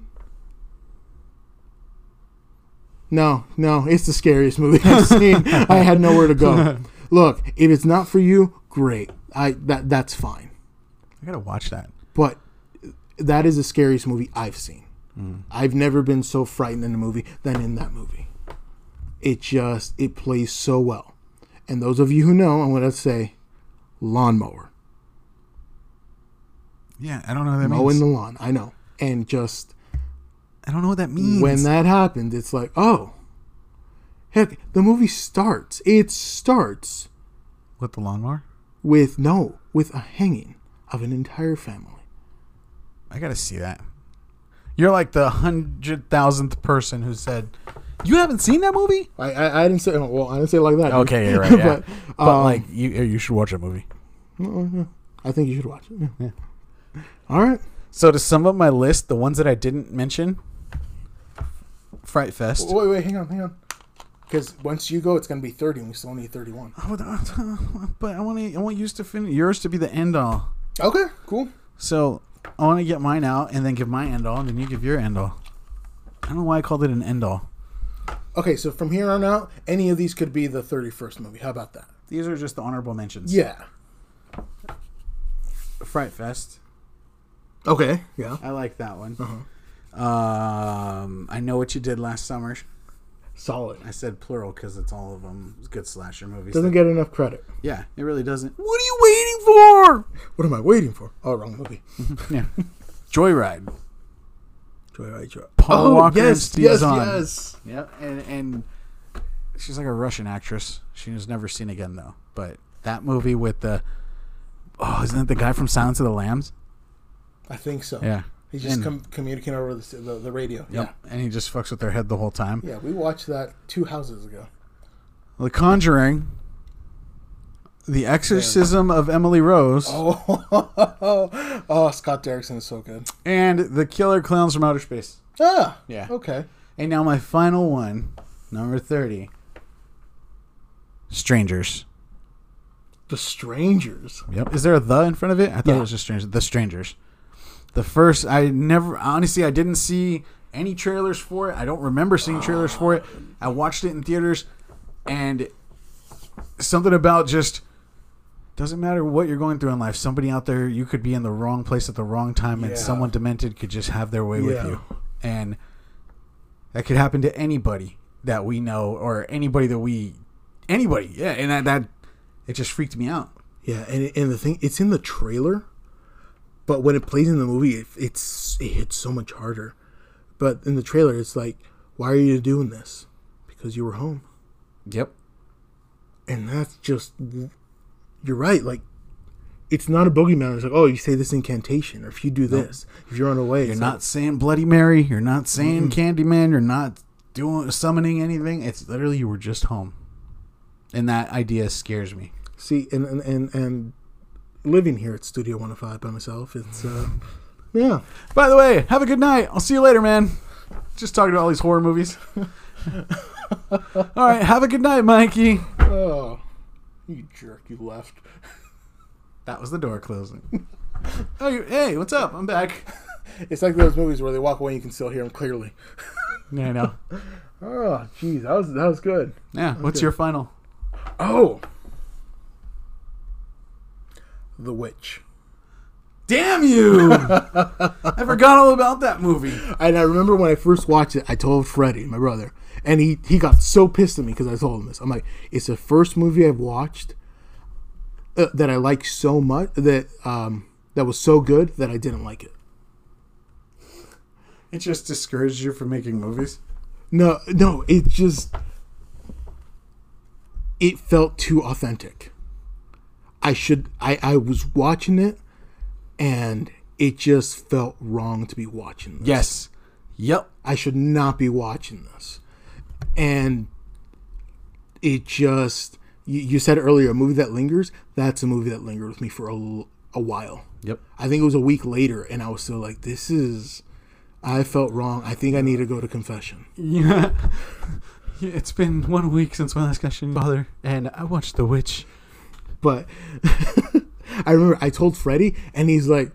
S1: no, no, it's the scariest movie I've seen. I had nowhere to go. Look, if it's not for you, great. I that that's fine
S2: I gotta watch that.
S1: but that is the scariest movie I've seen.
S2: Mm.
S1: I've never been so frightened in a movie than in that movie. It just it plays so well. And those of you who know, I'm gonna say lawnmower.
S2: Yeah, I don't know what that
S1: Mowing
S2: means.
S1: the lawn, I know. And just
S2: I don't know what that means.
S1: when that happened, it's like, oh heck, the movie starts. It starts
S2: with the lawnmower,
S1: with no, with a hanging of an entire family.
S2: I gotta see that. You're like the hundred thousandth person who said you haven't seen that movie.
S1: I, I, I didn't say well, I didn't say it like that. dude.
S2: Okay, you're right. Yeah.
S1: But,
S2: but
S1: um,
S2: like you, you should watch that movie.
S1: I think you should watch it. Yeah. All right.
S2: So to sum up my list, the ones that I didn't mention, Fright Fest.
S1: Wait, wait, hang on, hang on. Because once you go, it's gonna be thirty, and we still need thirty-one.
S2: But Oh, I want to, I want yours to finish, yours to be the end all.
S1: Okay, cool.
S2: So I want to get mine out and then give my end all, and then you give your end all. I don't know why I called it an end all.
S1: Okay, so from here on out, any of these could be the thirty-first movie. How about that?
S2: These are just the honorable mentions.
S1: Yeah.
S2: Fright Fest.
S1: Okay. Yeah.
S2: I like that one. Uh-huh. Um, I know what you did last summer.
S1: Solid.
S2: I said plural because it's all of them good slasher movies.
S1: Doesn't get enough credit.
S2: yeah, it really doesn't. What are you waiting for?
S1: What am I waiting for? Oh, wrong movie.
S2: Yeah. Joyride.
S1: Joyride Joy.
S2: Paul Walker and Steve Zahn.
S1: Oh, yes.
S2: Yep. And and she's like a Russian actress. She was never seen again though. But that movie with the oh, isn't it the guy from Silence of the Lambs?
S1: I think so.
S2: Yeah.
S1: He's just
S2: And-
S1: com- communicating over the, s- the the radio.
S2: And he just fucks with their head the whole time.
S1: Yeah. Yeah. We watched that two houses ago.
S2: The Conjuring. The Exorcism of Emily Rose
S1: Oh, oh, Scott Derrickson is so good.
S2: and The Killer Clowns from Outer Space.
S1: Ah.
S2: Yeah.
S1: Okay.
S2: And now my final one, number 30. Strangers.
S1: The Strangers.
S2: Yep. Is there a the in front of it? I thought
S1: Yeah.
S2: it was just strangers. The strangers. The first I never honestly I didn't see any trailers for it. I don't remember seeing trailers for it. I watched it in theaters and something about just doesn't matter what you're going through in life. Somebody out there you could be in the wrong place at the wrong time and
S1: Yeah.
S2: someone demented could just have their way with
S1: Yeah.
S2: you. And that could happen to anybody that we know or anybody that we anybody. Yeah, and that, that it just freaked me out.
S1: Yeah, and and the thing, it's in the trailer, but when it plays in the movie, it, it's it hits so much harder. But in the trailer, it's like, why are you doing this? Because you were home,
S2: Yep.
S1: and that's just you're right. Like, it's not a boogeyman. It's like, oh, you say this incantation, or if you do this, if you're on a way,
S2: You're not saying Bloody Mary. You're not saying Candyman. You're not doing summoning anything. It's literally you were just home, and that idea scares me.
S1: see, and and and, and living here at Studio 105 by myself, it's uh, yeah.
S2: By the way, have a good night. I'll see you later, man. Just talking about all these horror movies. all right, have a good night, Mikey.
S1: Oh, you jerk! You left.
S2: That was the door closing. oh, you, hey, what's up? I'm back.
S1: It's like those movies where they walk away and you can still hear them clearly.
S2: Yeah, I know.
S1: Oh, jeez, that was that was good.
S2: Yeah, what's your final?
S1: Oh, The Witch.
S2: Damn you! I forgot all about that movie.
S1: And I remember when I first watched it, I told Freddie, my brother, and he, he got so pissed at me because I told him this. I'm like, it's the first movie I've watched uh, that I like so much that um, that was so good that I didn't like it.
S2: It just discouraged you from making movies.
S1: No, no, it just it felt too authentic. I should I I was watching it and it just felt wrong to be watching this.
S2: Yes. Yep.
S1: I should not be watching this. And it just you, you said earlier a movie that lingers, that's a movie that lingered with me for a, l- a while.
S2: Yep.
S1: I think it was a week later and I was still like this is I felt wrong. I think I need to go to confession.
S2: Yeah. It's been one week since my last question, Father, and I watched The Witch.
S1: But I remember I told Freddie, and he's like,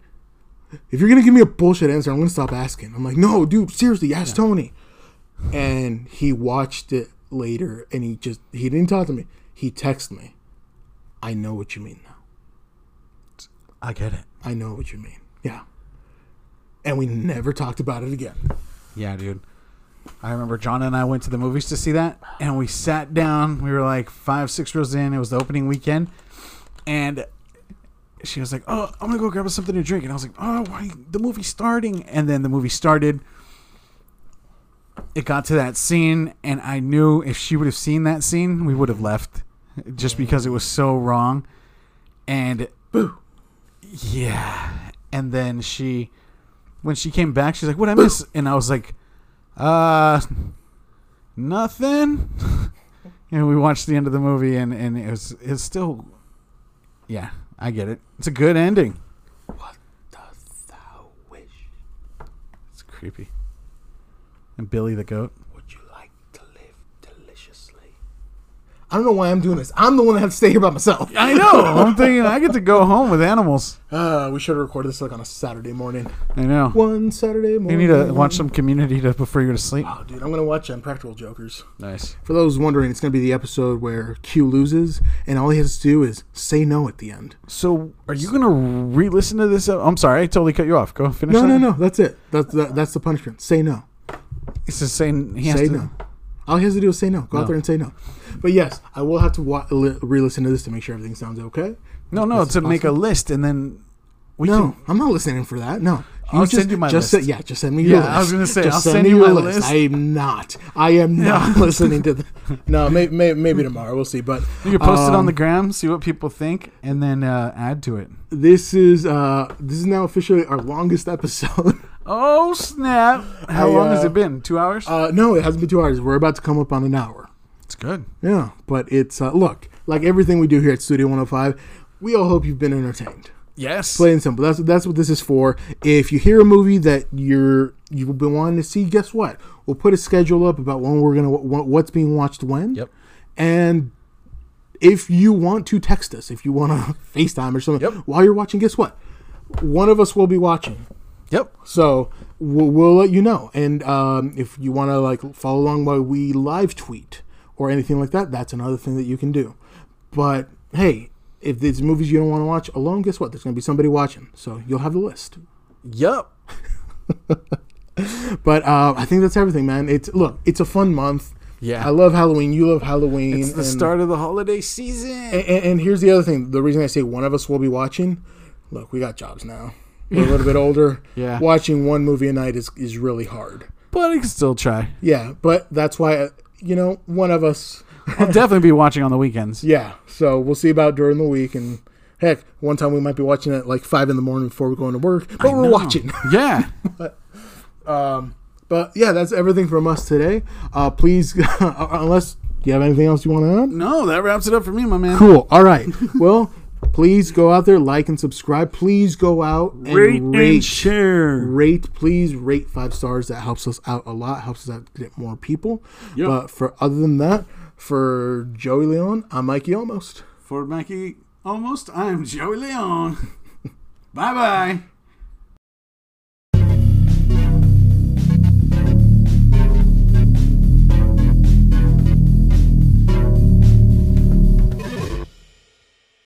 S1: "If you're gonna give me a bullshit answer, I'm gonna stop asking." I'm like, "No, dude, seriously, ask Tony." And he watched it later, and he just he didn't talk to me. He texted me, "I know what you mean now.
S2: I get it.
S1: I know what you mean. Yeah." And we never talked about it again.
S2: Yeah, dude. I remember John and I went to the movies to see that, and we sat down. We were like five, six rows in. It was the opening weekend, and she was like, "Oh, I'm gonna go grab us something to drink," and I was like, "Oh, why the movie's starting?" And then the movie started. It got to that scene, and I knew if she would have seen that scene, we would have left, just because it was so wrong. And boo, yeah. And then she, when she came back, she's like, "What I miss?" And I was like. Uh, nothing. and we watched the end of the movie, and and it was it's still, yeah, I get it. It's a good ending.
S1: What dost thou wish?
S2: It's creepy. And Billy the goat.
S1: Would you like to live deliciously? I don't know why I'm doing this. I'm the one that has to stay here by myself.
S2: I know. I'm thinking I get to go home with animals.
S1: Uh, we should have recorded this like on a Saturday morning.
S2: I know.
S1: One Saturday
S2: You
S1: morning.
S2: need to watch some Community to, before you go to sleep.
S1: Oh, dude, I'm gonna watch Impractical Jokers.
S2: Nice.
S1: For those wondering, it's gonna be the episode where Q loses, and all he has to do is say no at the end.
S2: So, are you gonna re-listen to this? I'm sorry, I totally cut you off. Go finish.
S1: No,
S2: that.
S1: no, no. That's it. That's that, that's the punishment. Say no.
S2: It's just saying he has
S1: Say
S2: to.
S1: no. All he has to do is say no. Go out there and say no. But yes, I will have to wa- li- re-listen to this to make sure everything sounds okay.
S2: No, no, to make a list and then we
S1: No,
S2: can.
S1: I'm not listening for that. No. You
S2: I'll
S1: just,
S2: send you my
S1: just
S2: list.
S1: Say, yeah, just send me your
S2: Yeah,
S1: list.
S2: I was gonna say,
S1: Just
S2: I'll send you
S1: your
S2: my list.
S1: I am not. I am not listening to. The, no, may, may, maybe tomorrow. We'll see. But
S2: You can post it on
S1: um,
S2: the gram, see what people think, and then uh, add to it.
S1: This is uh, this is now officially our longest episode.
S2: Oh snap! How
S1: I,
S2: long has
S1: uh,
S2: it been? Two hours.
S1: Uh, no, it hasn't been two hours. We're about to come up on an hour.
S2: it's good.
S1: Yeah, but it's uh, look like everything we do here at Studio 105. We all hope you've been entertained.
S2: Yes.
S1: Plain and simple. That's that's what this is for. If you hear a movie that you're you've been wanting to see, guess what? We'll put a schedule up about when we're gonna what, what's being watched when.
S2: Yep.
S1: And if you want to text us, if you want to FaceTime or something
S2: Yep.
S1: while you're watching, guess what? One of us will be watching.
S2: Yep.
S1: So we'll, we'll let you know. And um, if you want to like follow along while we live tweet or anything like that, that's another thing that you can do. But hey, if there's movies you don't want to watch alone, guess what? There's going to be somebody watching. So you'll have the list.
S2: Yep.
S1: But uh, I think that's everything, man. It's look, it's a fun month.
S2: Yeah.
S1: I love Halloween. You love Halloween.
S2: It's the
S1: and-
S2: start of the holiday season.
S1: And, and, and here's the other thing. The reason I say one of us will be watching. Look, we got jobs now. We're a little bit older.
S2: Yeah.
S1: Watching one movie a night is, is really hard.
S2: But I can still try.
S1: Yeah, but that's why uh, you know one of us.
S2: I'll definitely be watching on the weekends.
S1: Yeah, so we'll see about during the week, and heck, one time we might be watching it at like five in the morning before we're going to work, but we're
S2: No.
S1: watching.
S2: Yeah.
S1: Um, but yeah, that's everything from us today. Uh, please, unless Do you have anything else you want to add?
S2: No, that wraps it up for me, my man.
S1: Cool. All right. well, please go out there, like and subscribe. Please go out and
S2: Rate
S1: rate,
S2: and share.
S1: rate. Please rate five stars. That helps us out a lot. Helps us out get more people.
S2: Yep.
S1: But for other than that, for Joey Leon, I'm Mikey Almost.
S2: For Mackie, almost, I'm Joey Leon. bye bye.